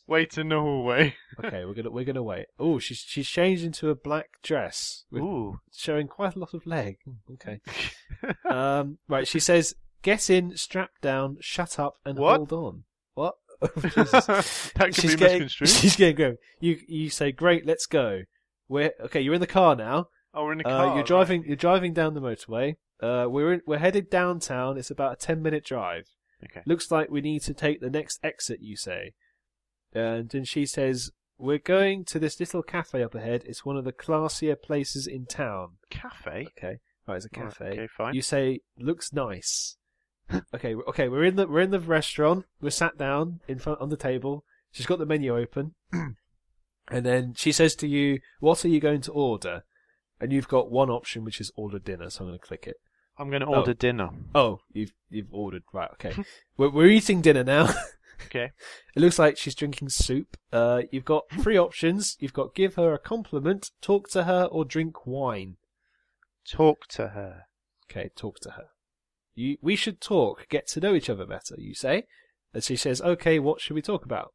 Wait in the hallway. Okay, we're gonna we're gonna wait. Oh, she's she's changed into a black dress, with, Ooh. showing quite a lot of leg. Hmm, Okay. um, right, she says, get in, strap down, shut up, and What? hold on. What? Jesus. that could she's be getting, misconstrued. She's getting grim. You you say, great, let's go. We're okay. You're in the car now. Oh, we're in the Uh, car. you're right. driving. You're driving down the motorway. Uh, we're in, we're headed downtown. It's about a ten minute drive. Okay. Looks like we need to take the next exit. You say, and then she says, "We're going to this little cafe up ahead. It's one of the classier places in town." Cafe? Okay, right, it's a Right, cafe. okay, fine. You say, "Looks nice." okay, we're- okay, we're in the we're in the restaurant. We're sat down in front on the table. She's got the menu open, and then she says to you, "What are you going to order?" And you've got one option, which is order dinner. So I'm going to click it. I'm going to Oh. order dinner. Oh, you've you've ordered right. Okay, we're we're eating dinner now. Okay. It looks like she's drinking soup. Uh, you've got three options. You've got give her a compliment, talk to her, or drink wine. Talk to her. Okay, talk to her. You, we should talk, get to know each other better, you say. And she says, okay, what should we talk about?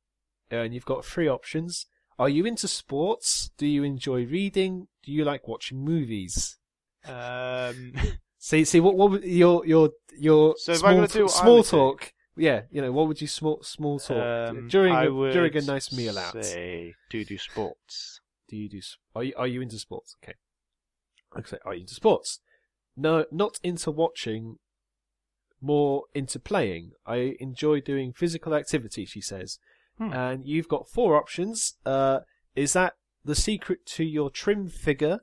Uh, and you've got three options. Are you into sports? Do you enjoy reading? Do you like watching movies? Um, See, see, what, what would- your your your So if small, I'm gonna t- do what I small would do- talk? Yeah, you know, what would you small small talk um, during I a, would during a nice meal out? Say, do do sports. Do you do? s- Are you are you into sports? Okay, I could say, are you into sports? No, not into watching. More into playing. I enjoy doing physical activity. She says, Hmm. and you've got four options. Uh, is that the secret to your trim figure?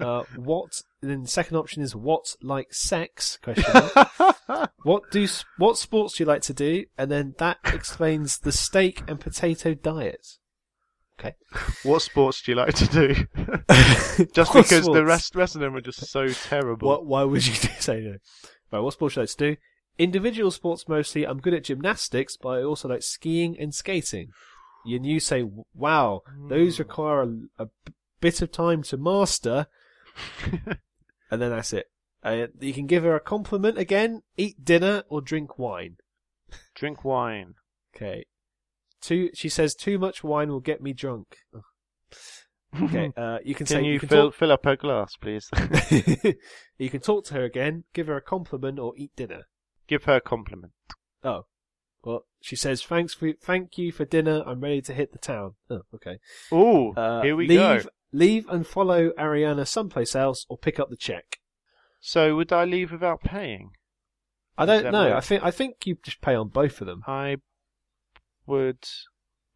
uh, what then the second option is what like sex question mark. what do s- what sports do you like to do and then that explains the steak and potato diet okay what sports do you like to do? just What because the sports? rest rest of them are just so terrible. what why would you say no right what sports do you like to do individual sports mostly i'm good at gymnastics but i also like skiing and skating and you say wow Hmm. those require a, a b- bit of time to master and then that's it. Uh, you can give her a compliment again, eat dinner, or drink wine. Drink wine. Okay. Too, she says, too much wine will get me drunk. Ugh. Okay. Uh, you can, Can say you, you can, fill, talk, fill up her glass, please? you can talk to her again, give her a compliment, or eat dinner. Give her a compliment. Oh, well, she says, thanks for thank you for dinner. I'm ready to hit the town. Oh, okay. Oh, Uh, here we leave, go. Leave and follow Ariana someplace else, or pick up the check. So would I leave without paying? I Is that don't know. right? I think I think you just pay on both of them. I would.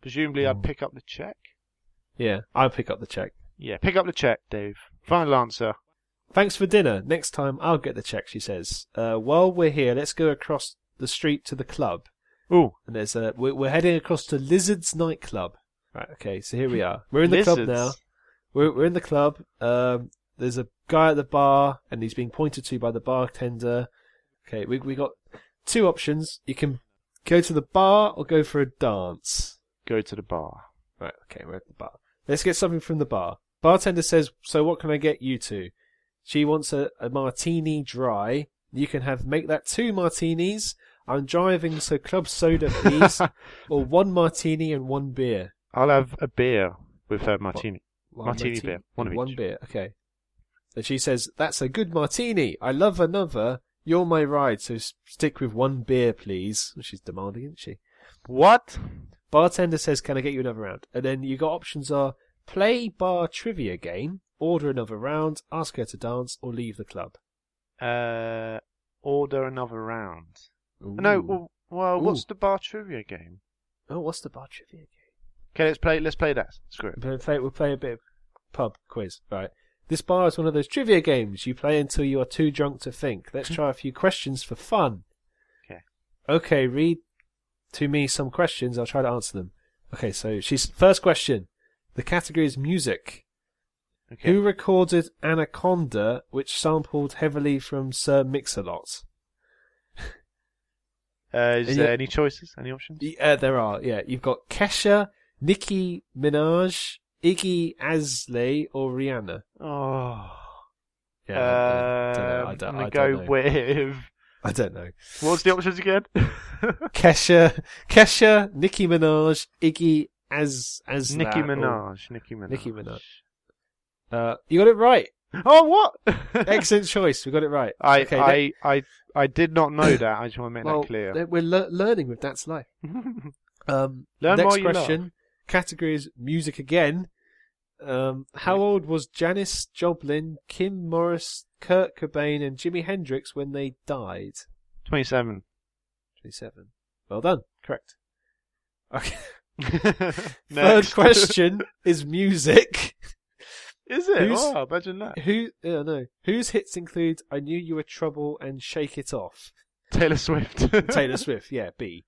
Presumably, Mm. I'd pick up the check. Yeah, I'll pick up the check. Yeah, pick up the check, Dave. Final answer. Thanks for dinner. Next time I'll get the check, she says. Uh, while we're here, let's go across the street to the club. Ooh, And there's a, we're, we're heading across to Lizard's nightclub. Right, okay, so here we are. We're in the club Lizards. now. We're, we're in the club. Um, there's a guy at the bar, and he's being pointed to by the bartender. Okay, we, we got two options. You can go to the bar or go for a dance. go to the bar. Right, okay, we're at the bar. Let's get something from the bar. Bartender says, So what can I get you two? She wants a, a martini dry. You can have make that two martinis. I'm driving, so club soda, please. or one martini and one beer. I'll have a beer with her martini. One Martini, beer, one of and One each. beer, okay. And she says, That's a good martini. I love another. You're my ride, so s- stick with one beer, please. She's demanding, isn't she? What? Bartender says, "Can I get you another round?" And then you got options are play bar trivia game, order another round, ask her to dance, or leave the club. Uh, order another round. Uh, No, well, well, what's Ooh. the bar trivia game? Oh, what's the bar trivia game? Okay, let's play. Let's play that. Screw it. We'll play, we'll play a bit of pub quiz. Right. This bar is one of those trivia games you play until you are too drunk to think. Let's try a few questions for fun. Okay. Okay, read to me some questions. I'll try to answer them. Okay, so she's first question. The category is music. Okay. Who recorded Anaconda, which sampled heavily from Sir Mix-a-Lot? Uh, is And there yet- any choices? Any options? Y- Uh, there are, yeah. You've got Kesha, Nicki Minaj, Iggy Asley, or Rihanna. Oh. Yeah, I- I don't know, uh, I don't- I'm I gonna don't go know. with. I don't know. What was the options again? Kesha, Kesha, Nicki Minaj, Iggy As Asley. Nicki or- Minaj. Nicki Minaj. Nicki Minaj. Uh, you got it right. Oh, what? Excellent choice. We got it right. I, Okay, I, that- I, I did not know that. I just want to make well, that clear. th- we're lear- learning with that's life. Um, Learn next while you question. laugh. Category is music again. Um, how old was Janis Joplin, Kim Morris, Kurt Cobain, and Jimi Hendrix when they died? 27. 27. Well done. Correct. Okay. Third Next. question is music. Is it? Who's- Oh, imagine that. Who? Oh no. Whose hits include "I Knew You Were Trouble" and "Shake It Off"? Taylor Swift. Taylor Swift. Yeah, B.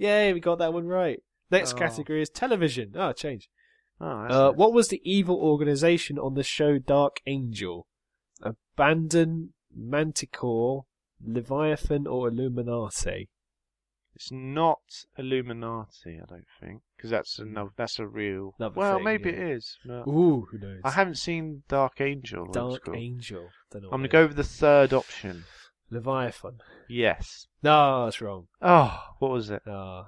Yay, we got that one right. Next Oh. category is television. Ah, change. Oh, that's Uh, it. what was the evil organization on the show Dark Angel? Abandon, Manticore, Leviathan, or Illuminati? It's not Illuminati, I don't think, because that's another. That's a real. Hmm. Another well, thing, maybe yeah. it is. but Ooh, who knows? I haven't seen Dark Angel. what it's Dark called. Angel. Don't know I'm what it gonna go is. with the third option. Leviathan. Yes. No, that's wrong. Oh, what was it? Ah.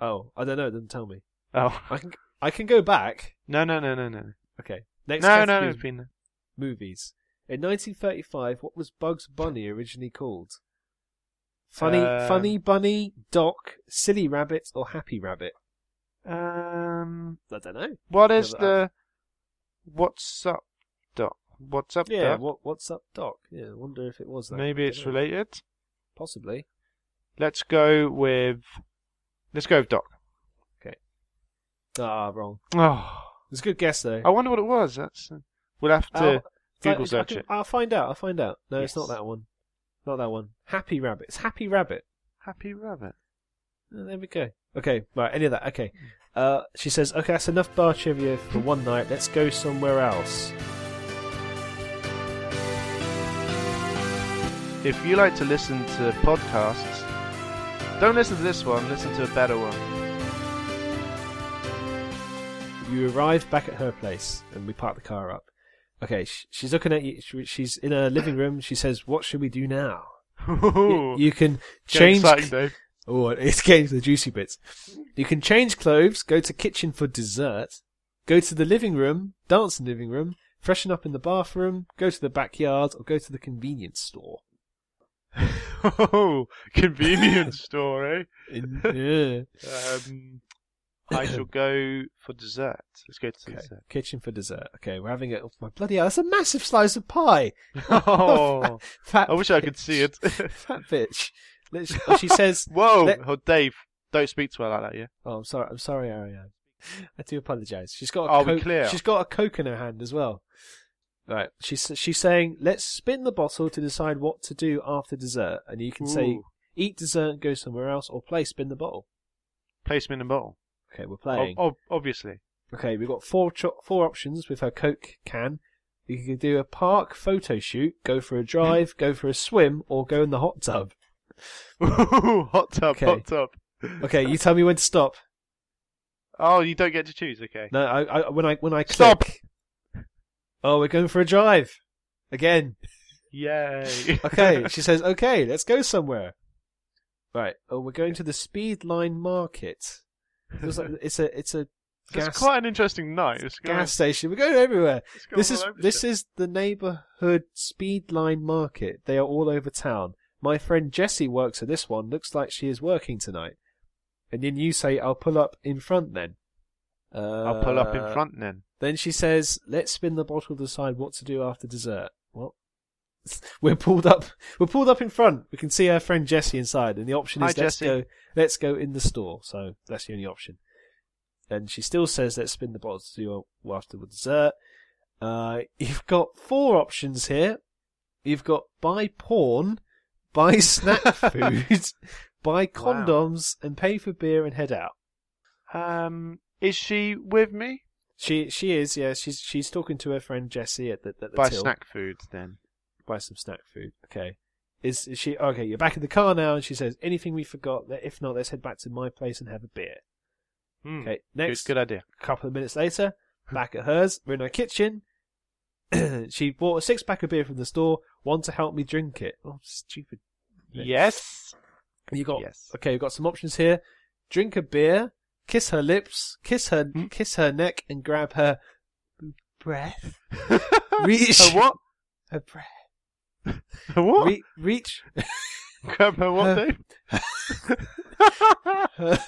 oh, I don't know. It doesn't tell me. Oh, I can I can go back. No, no, no, no, no. Okay. Next No, no, no, category, it's been there. movies. In 1935, what was Bugs Bunny originally called? Funny, Um, funny bunny, Doc, silly rabbit, or happy rabbit? Um, I don't know. what is Never the what's up doc? What's up Yeah, doc? what, what's up, Doc? Yeah, I wonder if it was that. Maybe I it's don't know. related. Possibly. Let's go with let's go with doc. Ah, wrong. Oh, It's a good guess though. I wonder what it was. That's uh, we'll have to I'll- Google I search can- it. I'll find out. I'll find out. No, it's Yes. not that one. Not that one. Happy Rabbit. It's Happy Rabbit. Happy rabbit. Uh, There we go. Okay, right, any of that. Okay. Uh, she says, okay, that's enough bar trivia for one night. Let's go somewhere else. If you like to listen to podcasts, don't listen to this one. Listen to a better one. You arrive back at her place, and we park the car up. Okay, sh- she's looking at you. She- She's in her living room. She says, what should we do now? Y- you can change. Getting exciting, Dave. Oh, it's getting to the juicy bits. You can change clothes, go to kitchen for dessert, go to the living room, dance in the living room, freshen up in the bathroom, go to the backyard, or go to the convenience store. oh, convenience store, eh? In- yeah. Um, I shall go for dessert. Let's go to Okay. dessert. uh, Kitchen for dessert. Okay, we're having it. Oh, my bloody hell, that's a massive slice of pie. Oh, Fat I wish I could see it. Fat bitch. Literally, she says, Whoa, Let- oh, Dave, don't speak to her like that, yeah? "Oh, I'm sorry. I'm sorry, Ariane. I do apologise. She's got. A Are we coke, clear? She's got a coke in her hand as well. Right. She's she's saying, let's spin the bottle to decide what to do after dessert, and you can say, Ooh. eat dessert, go somewhere else, or play spin the bottle. Place me in a bottle. Okay, we're Ob- playing. ob- obviously. Okay, we've got four cho- four options with her Coke can. You could do a park photo shoot, go for a drive, go for a swim, or go in the hot tub. hot tub, Okay. hot tub. Okay, you tell me when to stop. Oh, you don't get to choose, okay. No, I, I when I when I click. Stop. Oh, we're going for a drive again. Yay. Okay, she says, okay, let's go somewhere. Right. Oh, we're going to the Speed Line Market. It's, like, it's a it's a That's gas quite an interesting night. It's going- gas station. We're going everywhere. Let's go This all is over this shit. is the neighborhood speed line market. They are all over town. My friend Jessie works at this one. Looks like she is working tonight. And then you say, "I'll pull up in front." Then uh, I'll pull up in front then. Then she says, "Let's spin the bottle to decide what to do after dessert." What? We're pulled up. We're pulled up in front. We can see our friend Jessie inside, and the option is Hi, let's Jessie. go. Let's go in the store. So that's the only option. And she still says, "Let's spin the bottle to do after the dessert." Uh, you've got four options here. You've got buy porn, buy snack food, buy Wow. condoms, and pay for beer and head out. Um, is she with me? She she is yeah. She's she's talking to her friend Jessie at the, at the Buy till. snack food then. buy some snack food. Okay. Is, is she okay? You're back in the car now, and she says, "Anything we forgot? Let- If not, let's head back to my place and have a beer." Hmm, Okay, good- next- good idea. A couple of minutes later, Hmm. back at hers, we're in her kitchen. she bought a six pack of beer from the store. One to help me drink it. Oh, stupid. Yes. You got Yes. okay. You've got some options here: drink a beer, kiss her lips, kiss her, Hmm? kiss her neck, and grab her breath. Reach Her what? her breath. Her what? Re- reach Grab her what, Her- Dave? her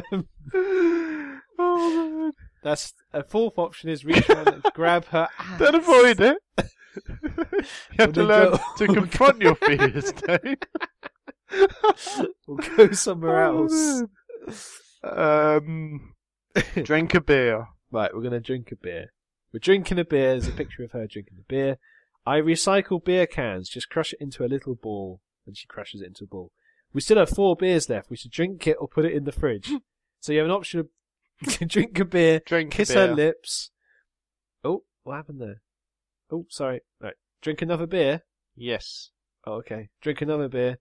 oh, That's a fourth option is reach around and grab her man. ass. Don't avoid it. you have to then learn go- to confront your fears, Dave. Or go somewhere Oh, else. man. Um, drink a beer. Right, we're gonna drink a beer. We're drinking a beer. There's a picture of her drinking a beer. I recycle beer cans. Just crush it into a little ball, and she crushes it into a ball. We still have four beers left. We should drink it or put it in the fridge. so you have an option of drink a beer, Drink a kiss her beer. lips. Oh, what happened there? Oh, sorry. Right, drink another beer. Yes. Oh, okay. Drink another beer.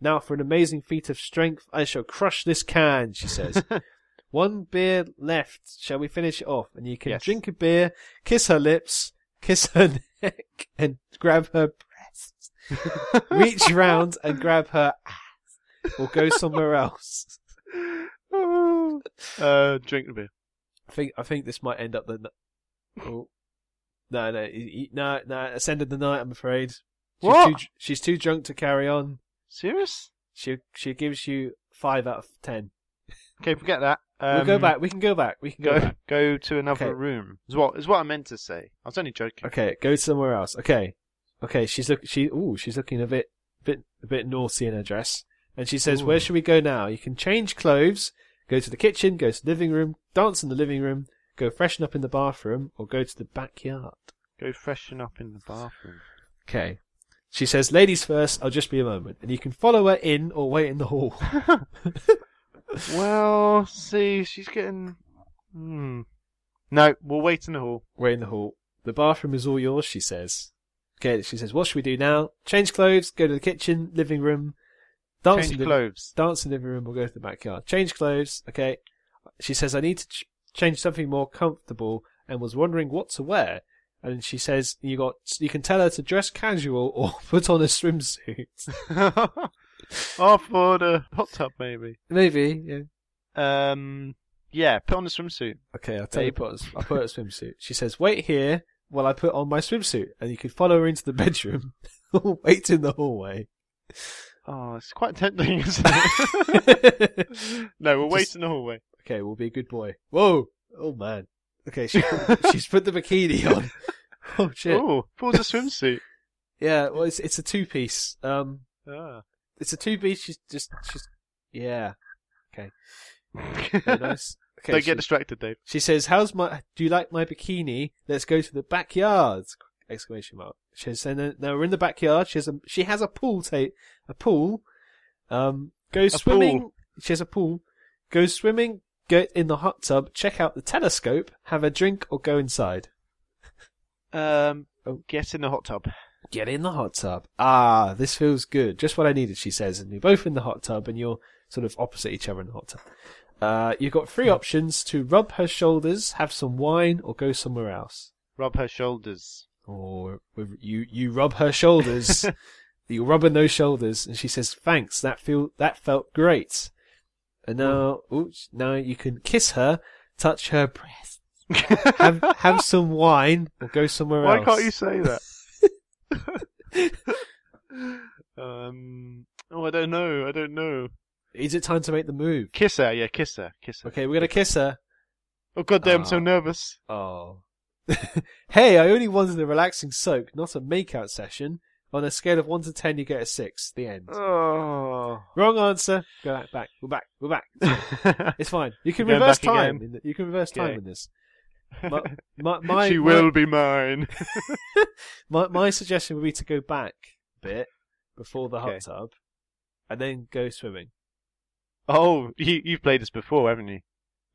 Now for an amazing feat of strength, I shall crush this can, she says. One beer left. Shall we finish it off? And you can Yes. drink a beer, kiss her lips, kiss her neck, and grab her breasts. Reach round and grab her ass, or go somewhere else. uh, drink the beer. I think I think this might end up the. n- Oh. No, no, he- he- no, no. It's end of the night. I'm afraid. She's What? Too, dr- she's too drunk to carry on. Serious? She she gives you five out of ten. Okay, forget that. Um, we'll go back. We can go back. We can go. Go back. go to another Okay. room. Is what is what I meant to say. I was only joking. Okay, go somewhere else. Okay, okay. She's look. She ooh, she's looking a bit, bit, a bit naughty in her dress, and she says, "Where should we go now? You can change clothes, go to the kitchen, go to the living room, dance in the living room, go freshen up in the bathroom, or go to the backyard." Go freshen up in the bathroom. Okay. She says, "Ladies first. I'll just be a moment, and you can follow her in or wait in the hall." well, see, she's getting. Hmm. No, we'll wait in the hall. wait in the hall. The bathroom is all yours. She says. Okay. She says, "What should we do now? Change clothes, go to the kitchen, living room, dance in Change the clothes. dance in the living room. We'll go to the backyard. Change clothes. Okay. She says, I need to ch- change something more comfortable and was wondering what to wear. And she says, you got, you can tell her to dress casual or put on a swimsuit. Off for the hot tub, maybe. Maybe, yeah. Um. Yeah, put on the swimsuit. Okay, I'll tell you, Maybe. put, I'll put a swimsuit. She says, wait here while I put on my swimsuit. And you can follow her into the bedroom. wait in the hallway. Oh, it's quite tempting, isn't it? okay, no, we'll Just- wait in the hallway. we'll be a good boy. Whoa. Oh man. Okay, she, she's put the bikini on. Oh shit. Oh, pulls a swimsuit. Yeah, well, it's it's a two piece. Um, Ah. it's a two piece. She's just she's yeah. Okay, very nice. Okay, Don't she, get distracted, Dave. she says, "How's my? Do you like my bikini? Let's go to the backyard!" Exclamation mark. She says, "Now now we're in the backyard. She has a she has a pool tape a pool. Um, go swimming. pool. She has a pool. Go swimming. Get in the hot tub. Check out the telescope. Have a drink or go inside." Um, Oh. get in the hot tub. Get in the hot tub. Ah, this feels good. Just what I needed, she says. And you're both in the hot tub and you're sort of opposite each other in the hot tub. Uh, you've got three options to rub her shoulders, have some wine, or go somewhere else. Rub her shoulders. Or with- you, you rub her shoulders. You're rubbing those shoulders, and she says, "Thanks, that feel that felt great." And now, Oh. oops, now you can kiss her, touch her breast, have have some wine, or go somewhere Why else. can't you say that? um. Oh, I don't know. I don't know. Is it time to make the move? Kiss her. Yeah, kiss her. Kiss her. Okay, we're gonna kiss her. Oh god damn, I'm Ah. so nervous. Oh. hey, I only wanted a relaxing soak, not a makeout session. On a scale of 1 to 10, you get a 6. The end. Oh. Wrong answer. Go back, back. We're back. We're back. It's fine. You can Going reverse back time. again. In the, you can reverse time Okay. in this. My, my, my, she my- will be mine. My, my suggestion would be to go back a bit before the Okay. hot tub and then go swimming, oh, you, you've played this before, haven't you?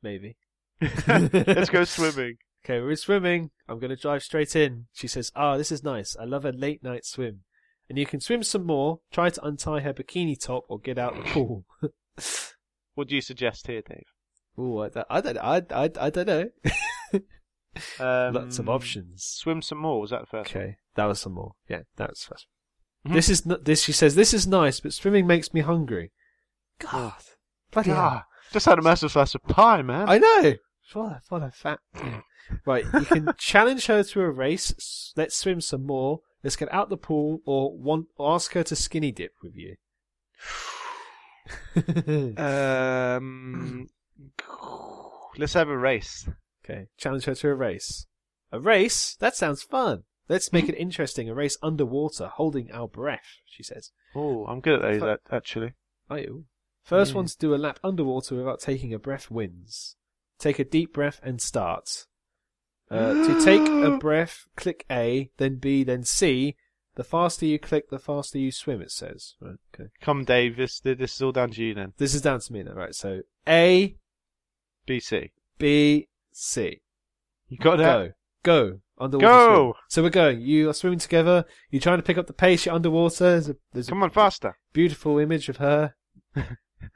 maybe. Let's go swimming. Okay, we're swimming. I'm going to drive straight in. She says, Ah, this is nice. I love a late night swim. And you can swim some more. Try to untie her bikini top or get out the pool. What do you suggest here, Dave? Ooh, I, don't- I don't, I, I, I don't know. Um, Lots of options. Swim some more. Was that the first? Okay, that was some more. Yeah, that was first. This is n- this. She says, "This is nice, but swimming makes me hungry." God, bloody hell. Ah, just had a massive slice of pie, man. I know. What a, what a fat. right, you can challenge her to a race. s- Let's swim some more. Let's get out the pool, or want or ask her to skinny dip with you. okay, Um, let's have a race. challenge her to a race. A race? That sounds fun. Let's make it interesting. A race underwater, holding our breath. She says. Oh, I'm good at those that, actually. Are you? First Yeah. one to do a lap underwater without taking a breath wins. Take a deep breath and start. Uh, to take a breath, click A, then B, then C. The faster you click, the faster you swim, it says. Right, okay. Come, Dave. This this is all down to you then. This is down to me now, right? So A, BC, B, C. you got that? Go. Go. Underwater. Go! swim. So we're going. You are swimming together. You're trying to pick up the pace. You're underwater. There's a, there's Come a on, faster! beautiful image of her.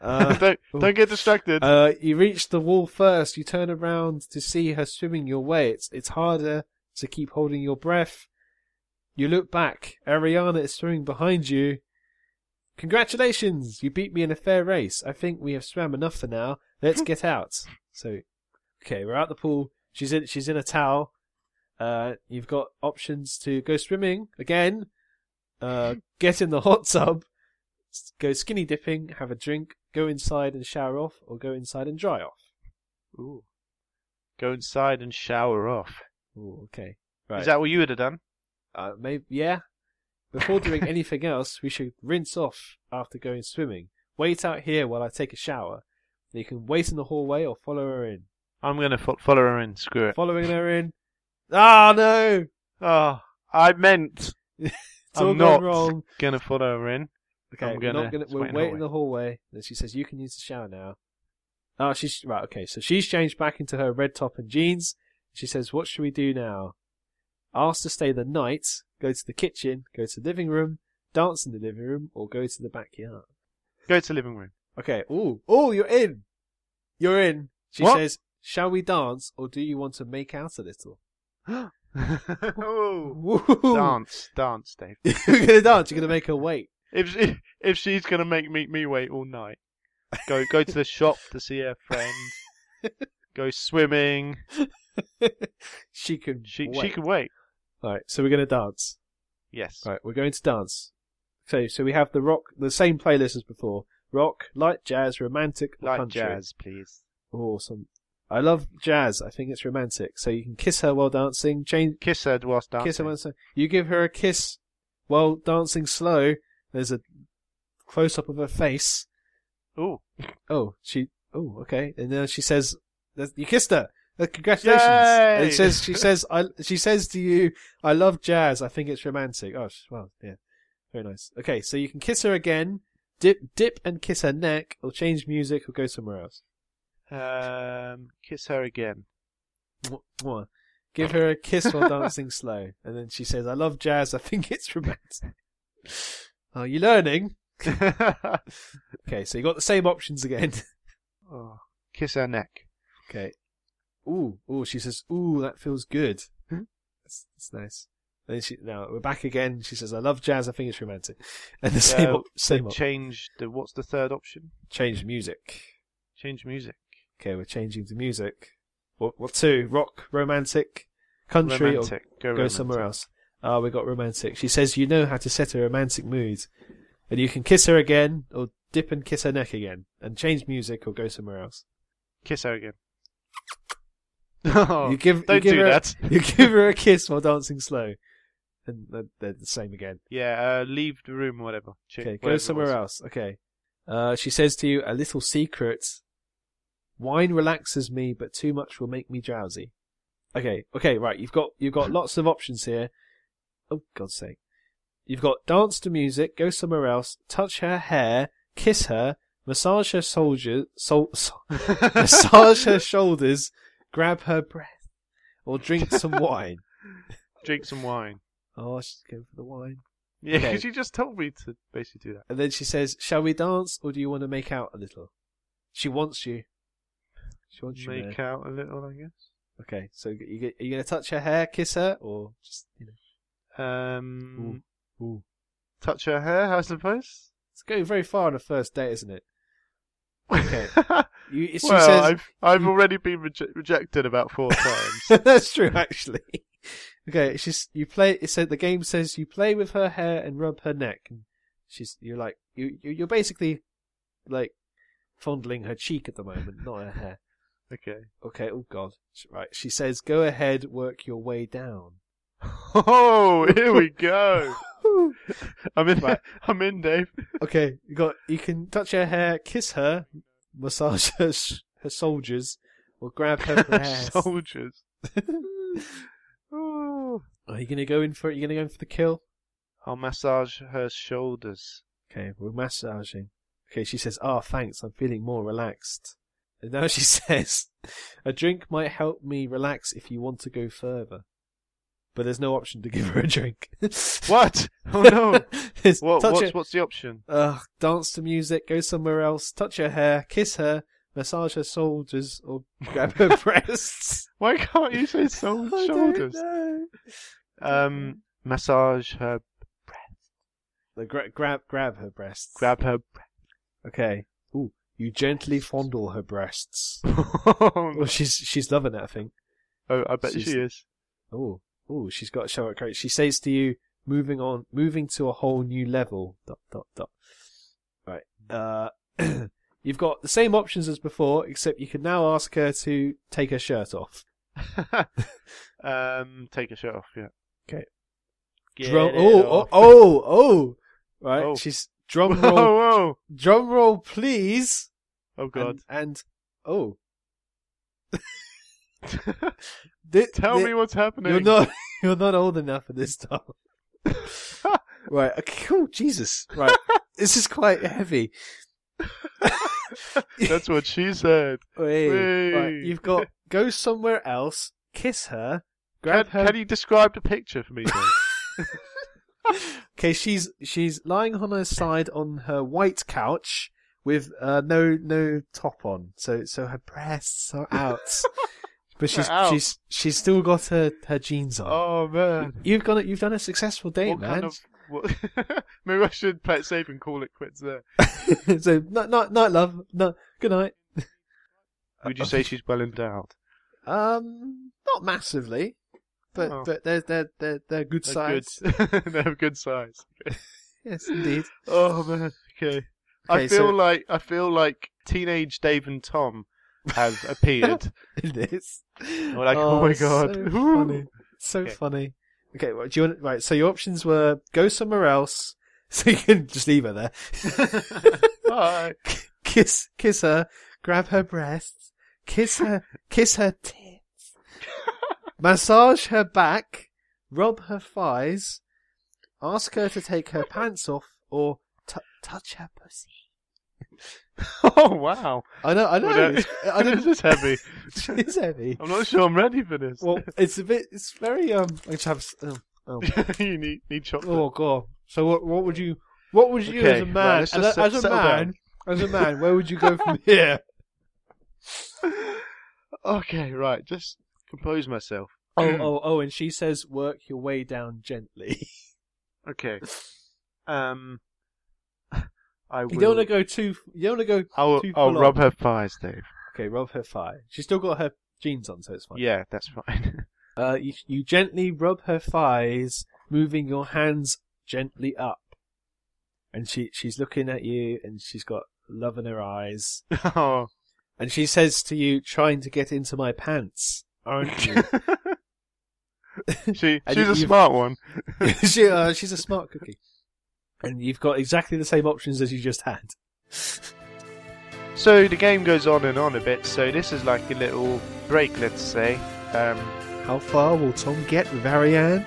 Uh, don't ooh. don't get distracted. Uh, you reach the wall first. You turn around to see her swimming your way. It's it's harder to keep holding your breath. You look back. Ariana is swimming behind you. Congratulations! You beat me in a fair race. I think we have swam enough for now. Let's get out. So Okay, we're at the pool. She's in. She's in a towel. Uh, you've got options to go swimming again, uh, get in the hot tub, s- go skinny dipping, have a drink, go inside and shower off, or go inside and dry off. Ooh. Go inside and shower off. Ooh, okay, right. Is that what you would have done? uh, maybe yeah. Before doing anything else, we should rinse off after going swimming. Wait out here while I take a shower. You can wait in the hallway or follow her in. I'm going to fo- follow her in. Screw it. Following her in. Ah no! Oh, I meant It's all I'm gone not wrong. going to follow her in. Okay, I'm we're gonna not gonna. just We're wait in the waiting in the hallway. Then she says, "You can use the shower now." Oh, she's right. Okay, so she's changed back into her red top and jeans. She says, "What should we do now?" Asked to stay the night, go to the kitchen, go to the living room, dance in the living room, or go to the backyard. Go to the living room. Okay. Ooh, ooh, you're in. You're in. She What? says, "Shall we dance, or do you want to make out a little?" Ooh. Woo! Dance, dance, Dave. you're gonna dance. You're gonna make her wait. If she, if she's gonna make me me wait all night, go go to the shop to see her friend. go swimming. she can. She she wait. can wait. All right. So we're gonna dance. Yes. Right, we're going to dance. So, so we have the rock, the same playlist as before: rock, light jazz, romantic, or Like country. Oh, jazz, please. Awesome. I love jazz. I think it's romantic. So you can kiss her while dancing. Change, Kiss her whilst dancing. kiss her while dancing. You give her a kiss while dancing slow. There's a close up of her face. Ooh. Oh, she. Oh, okay. And then she says, "You kissed her." Uh, Congratulations! Yay! And it says she says I she says to you, "I love jazz. I think it's romantic." Oh, sh- well, yeah, very nice. Okay, so you can kiss her again, dip dip and kiss her neck, or change music, or go somewhere else. Um, kiss her again. Mwah, mwah. Give her a kiss while dancing slow, and then she says, "I love jazz. I think it's romantic." Are you learning? Okay, so you got the same options again. oh, kiss her neck. Okay. Ooh, ooh, she says, ooh, that feels good. that's, that's nice. And then she, now we're back again. She says, I love jazz. I think it's romantic. And the same, Uh, op- same op- Change the. What's the third option? change music. Change music. Okay, we're changing to music. What, what two? Rock, romantic, country, Romantic. Go or go romantic. somewhere else. Ah, we got romantic. She says, you know how to set a romantic mood. And you can kiss her again, or dip and kiss her neck again, and change music, or go somewhere else. Kiss her again. Oh, you give, you don't give do her, that. You give her a kiss while dancing slow, and they're, they're the same again. Yeah, uh, leave the room, whatever. Ch- Okay, whatever go it was. somewhere else. Okay, uh, she says to you a little secret. Wine relaxes me, but too much will make me drowsy. Okay, okay, right. You've got you've got lots of options here. Oh God's sake! You've got dance to music, go somewhere else, touch her hair, kiss her, massage her soldier, sol, sol- massage her shoulders, grab her breath, or drink some wine. Drink some wine. Oh, she's going for the wine. Yeah, Okay. because you just told me to basically do that. And then she says, Shall we dance or do you want to make out a little? She wants you. She wants you. Make man. out a little, I guess. Okay, so you, get- are you going to touch her hair, kiss her, or just, you know. Um, Ooh. touch her hair, I suppose. It's going very far on a first date, isn't it? Okay. You, she well, says, I've I've already been reje- rejected about four times. That's true, actually. Okay, it's just you play. It said the game says you play with her hair and rub her neck, and she's you're like you you- you're basically like fondling her cheek at the moment, not her hair. Okay. Okay, oh god, right. She says, "Go ahead, work your way down." Oh, here we go. I'm in. Right. I'm in, Dave. Okay, you got you can touch her hair, kiss her, massage her s- her soldiers, or grab her breasts. Soldiers. Oh. Are you gonna go in for it? You gonna go in for the kill? I'll massage her shoulders. Okay, we're massaging. Okay, she says, "Ah, thanks. I'm feeling more relaxed." And now she says, "A drink might help me relax if you want to go further." But there's no option to give her a drink. What? Oh no. It's What, touch what's her- what's the option? Ugh, dance to music, go somewhere else, touch her hair, kiss her, massage her shoulders, or grab her breasts. Why can't you say so I don't shoulders? know. Um, massage her, The gra- grab, grab her breasts. grab her. Okay. Ooh, You gently fondle her breasts. oh, Well, she's she's loving that, I think. I bet She's- she is. Oh, oh, she's got a show at coach. She says to you, moving on, moving to a whole new level. Dot dot dot. Right. Uh, you've got the same options as before, except you can now ask her to take her shirt off. um, take a shirt off. Yeah. 'Kay. Get Drum- it oh, oh, off. oh, oh. Right. Oh. She's drum Whoa, roll, whoa! drum roll, please. Oh God! And, and oh, Thi- Tell thi- me what's happening. You're not. You're not old enough for this time. right. Okay, oh, Jesus. Right. this is quite heavy. That's what she said. Wait, right, Wait. You've got go somewhere else, kiss her, grab Can, her. can you describe the picture for me? Though? Okay, she's she's lying on her side on her white couch with uh, no no top on, so so her breasts are out, but she's They're out. she's she's still got her, her jeans on. oh man! You've got it. You've done a successful date, what man. kind of? What, maybe I should play it safe and call it quits there. so night, night, night, love. No, good night. Would you Uh, say she's well endowed? Um, not massively, but Oh. but they're they're they're they're good They're size. Good. they have good size. Yes, indeed. Oh man. Okay. Okay, I feel so- like I feel like teenage Dave and Tom have appeared. It is. We're like, oh my God. so Ooh. funny, so Okay. funny. Okay, well, do you want right? So your options were go somewhere else, so you can just leave her there. Bye. kiss, kiss her, grab her breasts, kiss her, kiss her tits, massage her back, rub her thighs, ask her to take her pants off, or t- touch her pussy. Oh wow. I know, I Well, know. that- it's- I don't, this is heavy. it's heavy. I'm not sure I'm ready for this. Well, it's a bit. It's very. Um, I just have. s- Oh, oh. you need need chocolate. Oh god! So what? What would you? What would you Okay, as a right, man? let's as, just a, set- as a settle man, down. as a man, where would you go from here? Okay, right. Just compose myself. Oh, oh, oh! And she says, "Work your way down gently. Okay. Um. I will. You don't want to go too. You don't want to go I'll, too. I'll full rub on. her thighs, Dave. Okay, rub her thigh. She's still got her jeans on, so it's fine. Yeah, that's fine. Uh, you, you gently rub her thighs, moving your hands gently up, and she she's looking at you, and she's got love in her eyes, oh. and she says to you, "Trying to get into my pants, aren't you?" She And she's a you've- smart one. she, uh, she's a smart cookie. And you've got exactly the same options as you just had. So the game goes on and on a bit. So this is like a little break, let's say. Um, How far will Tom get with Ariane?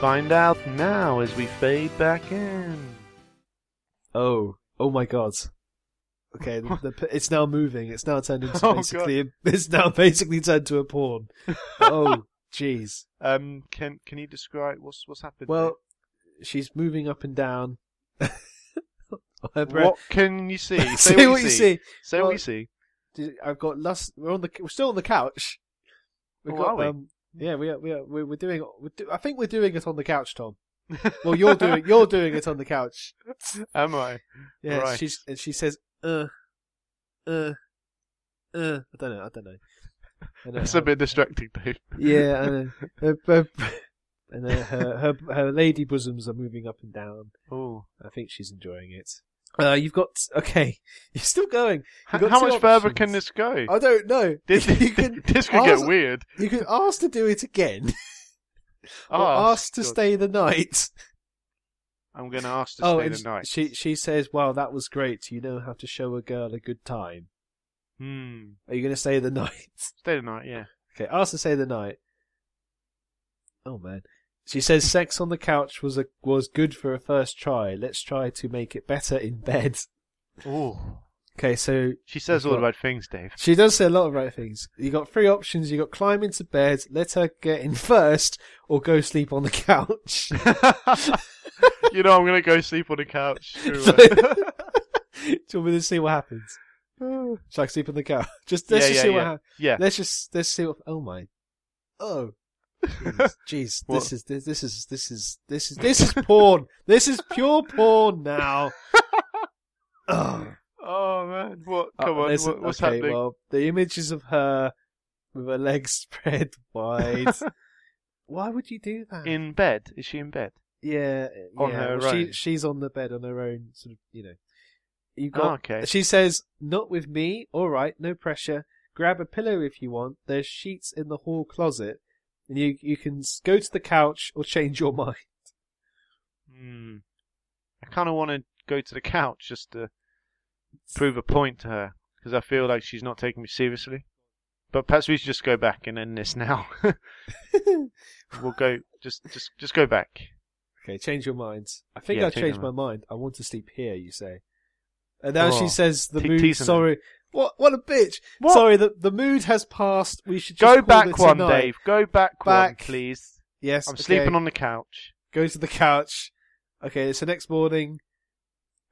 find out now as we fade back in. Oh, oh my god. Okay, the, the, it's now moving. It's now turned into Oh, God. basically. It's now basically turned to a porn. oh, jeez. Um, can can you describe what's what's happened? Well, she's moving up and down. Her there? breath. what can you see? Say, Say what you see. Say Well, what you see. Did- I've got lust. We're on the. We're still on the couch. We've Oh, got. are we? Um, yeah, we are. We are. We're, we're doing. We're do, I think we're doing it on the couch, Tom. Well, you're doing. You're doing it on the couch. Am I? Yeah. Right. She's and she says, uh, uh, uh. I don't know. I don't know. I don't That's know. a bit distracting, Dave. Yeah. I know. Her- her- and uh, her her her lady bosoms are moving up and down. Oh. I think she's enjoying it. Uh, you've got okay. You're still going. How, You've got how two much further can options. this go? I don't know. This, you can this could ask, get weird. You can ask to do it again, or ask to Oh, God. stay the night. I'm going to ask to oh, stay and the night. she she says, "Wow, that was great. You know how to show a girl a good time. Hmm. Are you going to stay the night?" Stay the night, yeah. Okay, ask to stay the night. Oh man, she says, "Sex on the couch was a was good for a first try. Let's try to make it better in bed." Oh. Okay, so She says all Got- the right things, Dave. She does say a lot of right things. You got three options. You got climb into bed, let her get in first, or go sleep on the couch. you know, I'm going to go sleep on the couch. Do Screw you it. want me to see what happens? Shall I sleep on the couch? Just let's Yeah, just yeah, see what yeah. happens. Yeah. Let's just let's see what. Oh my. Oh. Jeez, Jeez, What? this is this, this is this is this is this is porn. this is pure porn now. Ugh. Oh, Oh man, what? Come on, Uh, listen, what, what's okay, happening? Well, the images of her with her legs spread wide. Why would you do that? in bed? Is she in bed? yeah, on yeah. her well, she, own. She's on the bed on her own, sort of. You know, you Oh, got. okay. She says, "Not with me. All right, no pressure. Grab a pillow if you want. There's sheets in the hall closet, and you you can s- go to the couch or change your mind." Hmm. I kind of want to go to the couch just to prove a point to her because I feel like she's not taking me seriously. But perhaps we should just go back and end this now. we'll go just just just go back. Okay, change your mind. I think Yeah, I change changed my my mind. I want to sleep here. You say, and now Oh, she says the te- mood. teasing her. Sorry, what? What a bitch! What? Sorry, the the mood has passed. We should just go call back it one, tonight. Dave. Go back, one, Back. please. Yes, I'm okay. sleeping on the couch. Go to the couch. Okay, so next morning,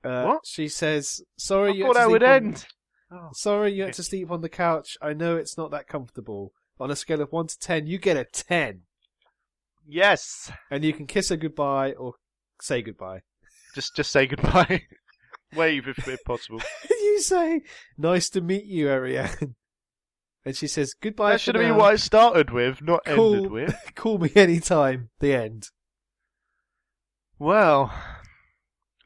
uh, What? she says, "Sorry, I you thought had to that would sleep on- end. Oh. Sorry, you had to sleep on the couch. I know it's not that comfortable. On a scale of one to ten, you get a ten, Yes. and you can kiss her goodbye or say goodbye." Just just say goodbye. Wave if, if possible. you say, "Nice to meet you, Ariane," and she says, "Goodbye." that for should have been now. what I started with, not Call, ended with. call me anytime. The end. Well,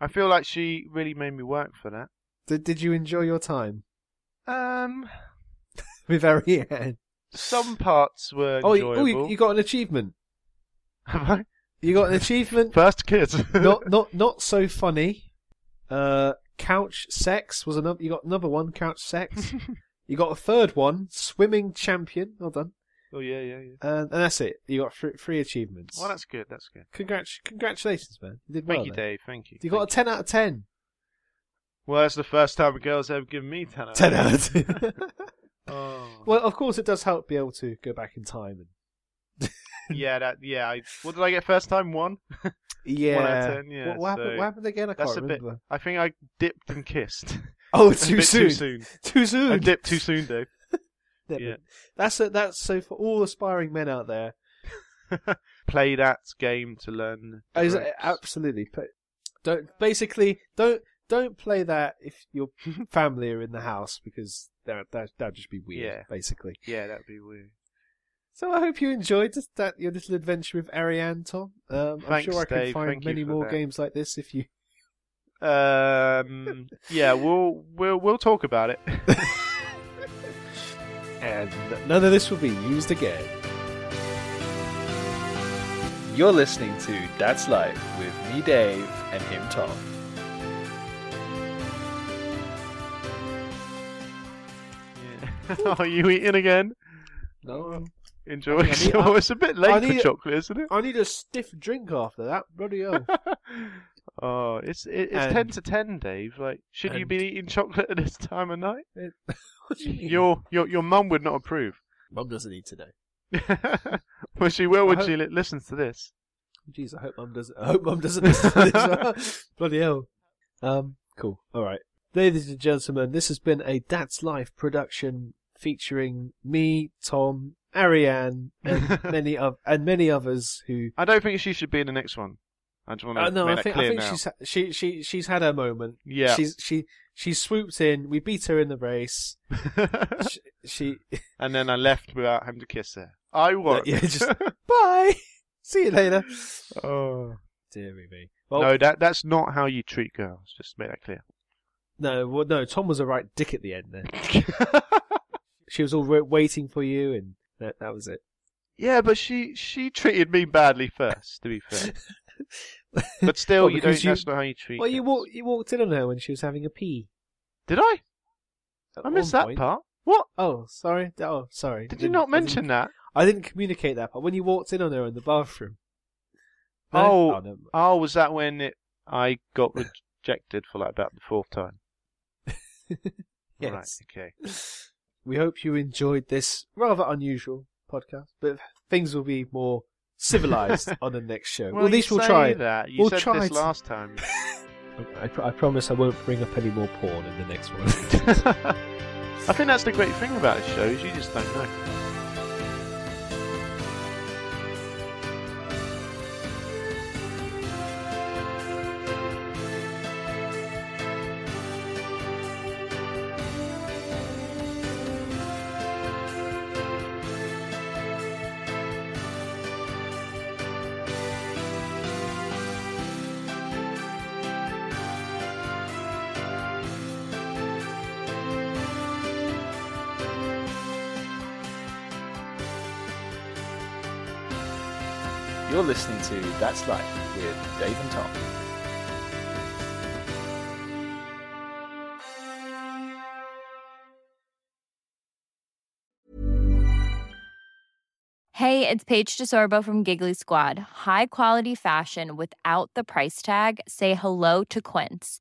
I feel like she really made me work for that. Did, did you enjoy your time Um, with Ariane? some parts were Oh, you, enjoyable. oh you, you got an achievement. Have I? You got an achievement. First kiss. not not not so funny. Uh, couch sex was another. You got another one. Couch sex. you got a third one. Swimming champion. Well done. oh yeah, yeah, yeah. And, and that's it. You got three, three achievements. Well, that's good. That's good. Congrats, congratulations, man. You did well. Thank you, there. Dave. Thank you. You got a Thank ten out of ten. you. well, that's the first time a girl's ever given me ten. out of 10 out of 10. Oh. well, of course, it does help be able to go back in time. And, yeah, that. Yeah. I, what did I get first time? One. yeah. out of 10, yeah, What, what, so- happened, what happened again? I That's can't a remember. bit. I think I dipped and kissed. Oh, That's a too bit soon. Too soon. Too soon. I dipped too soon, Dave. That- yeah. That's a, that's so for all aspiring men out there. Play that game to learn. the Oh, Is- ropes. absolutely. But don't basically don't don't play that if your family are in the house because that that that'd just be weird. Yeah. Basically. yeah, that'd be weird. So I hope you enjoyed this, that your little adventure with Ariane, Tom. Um, I'm Thanks, sure I can Dave. find Thank you many for more that. games like this if you Um, yeah, we'll we'll we'll talk about it. and none of this will be used again. You're listening to That's Life with me, Dave, and him, Tom. Are you eating again? No. Enjoy. I need- oh, it's a bit late I for need- chocolate, isn't it? I need a stiff drink after that. Bloody hell. oh, it's it, it's And- ten to ten, Dave. Like, should you be eating chocolate at this time of night? what do you mean? Your your your mum would not approve. Mum doesn't need to know. well, she will when I she li- listens to this. Jeez, I hope mum doesn't. I hope mum doesn't listen to this. Bloody hell. Um, cool. All right, ladies and gentlemen, this has been a Dad's Life production featuring me, Tom, Ariane, and many of and many others who. I don't think she should be in the next one. I just want to Uh, no, make I think that I clear think now. she's ha- she she she's had her moment. Yeah. she's she she swooped in. We beat her in the race. she, she and then I left without having to kiss her. I won. yeah, just bye. See you later. oh. Dear me. Well, no, no, that that's not how you treat girls. Just to make that clear. no, well, no. Tom was a right dick at the end. There, she was all wa- waiting for you, and that, that was it. yeah, but she she treated me badly first. To be fair, but still, Well, you because don't. That's not how you treat. Well, you girls. walked you walked in on her when she was having a pee. Did I? at I missed one that point. part. What? Oh, sorry. Oh, sorry. Did I you didn't- not I didn't- mention that? I didn't communicate that part when you walked in on her in the bathroom. No? Oh, Oh, oh, no. was that when it, I got rejected for like about the fourth time? Yes. Right. Okay. We hope you enjoyed this rather unusual podcast, but things will be more civilized on the next show. Well, at least you we'll say try that. You we'll said try this to- last time. I, pr- I promise I won't bring up any more porn in the next one. I think that's the great thing about this show is you just don't know. You're listening to That's Life with Dave and Tom. Hey, it's Paige DeSorbo from Giggly Squad. High quality fashion without the price tag. Say hello to Quince.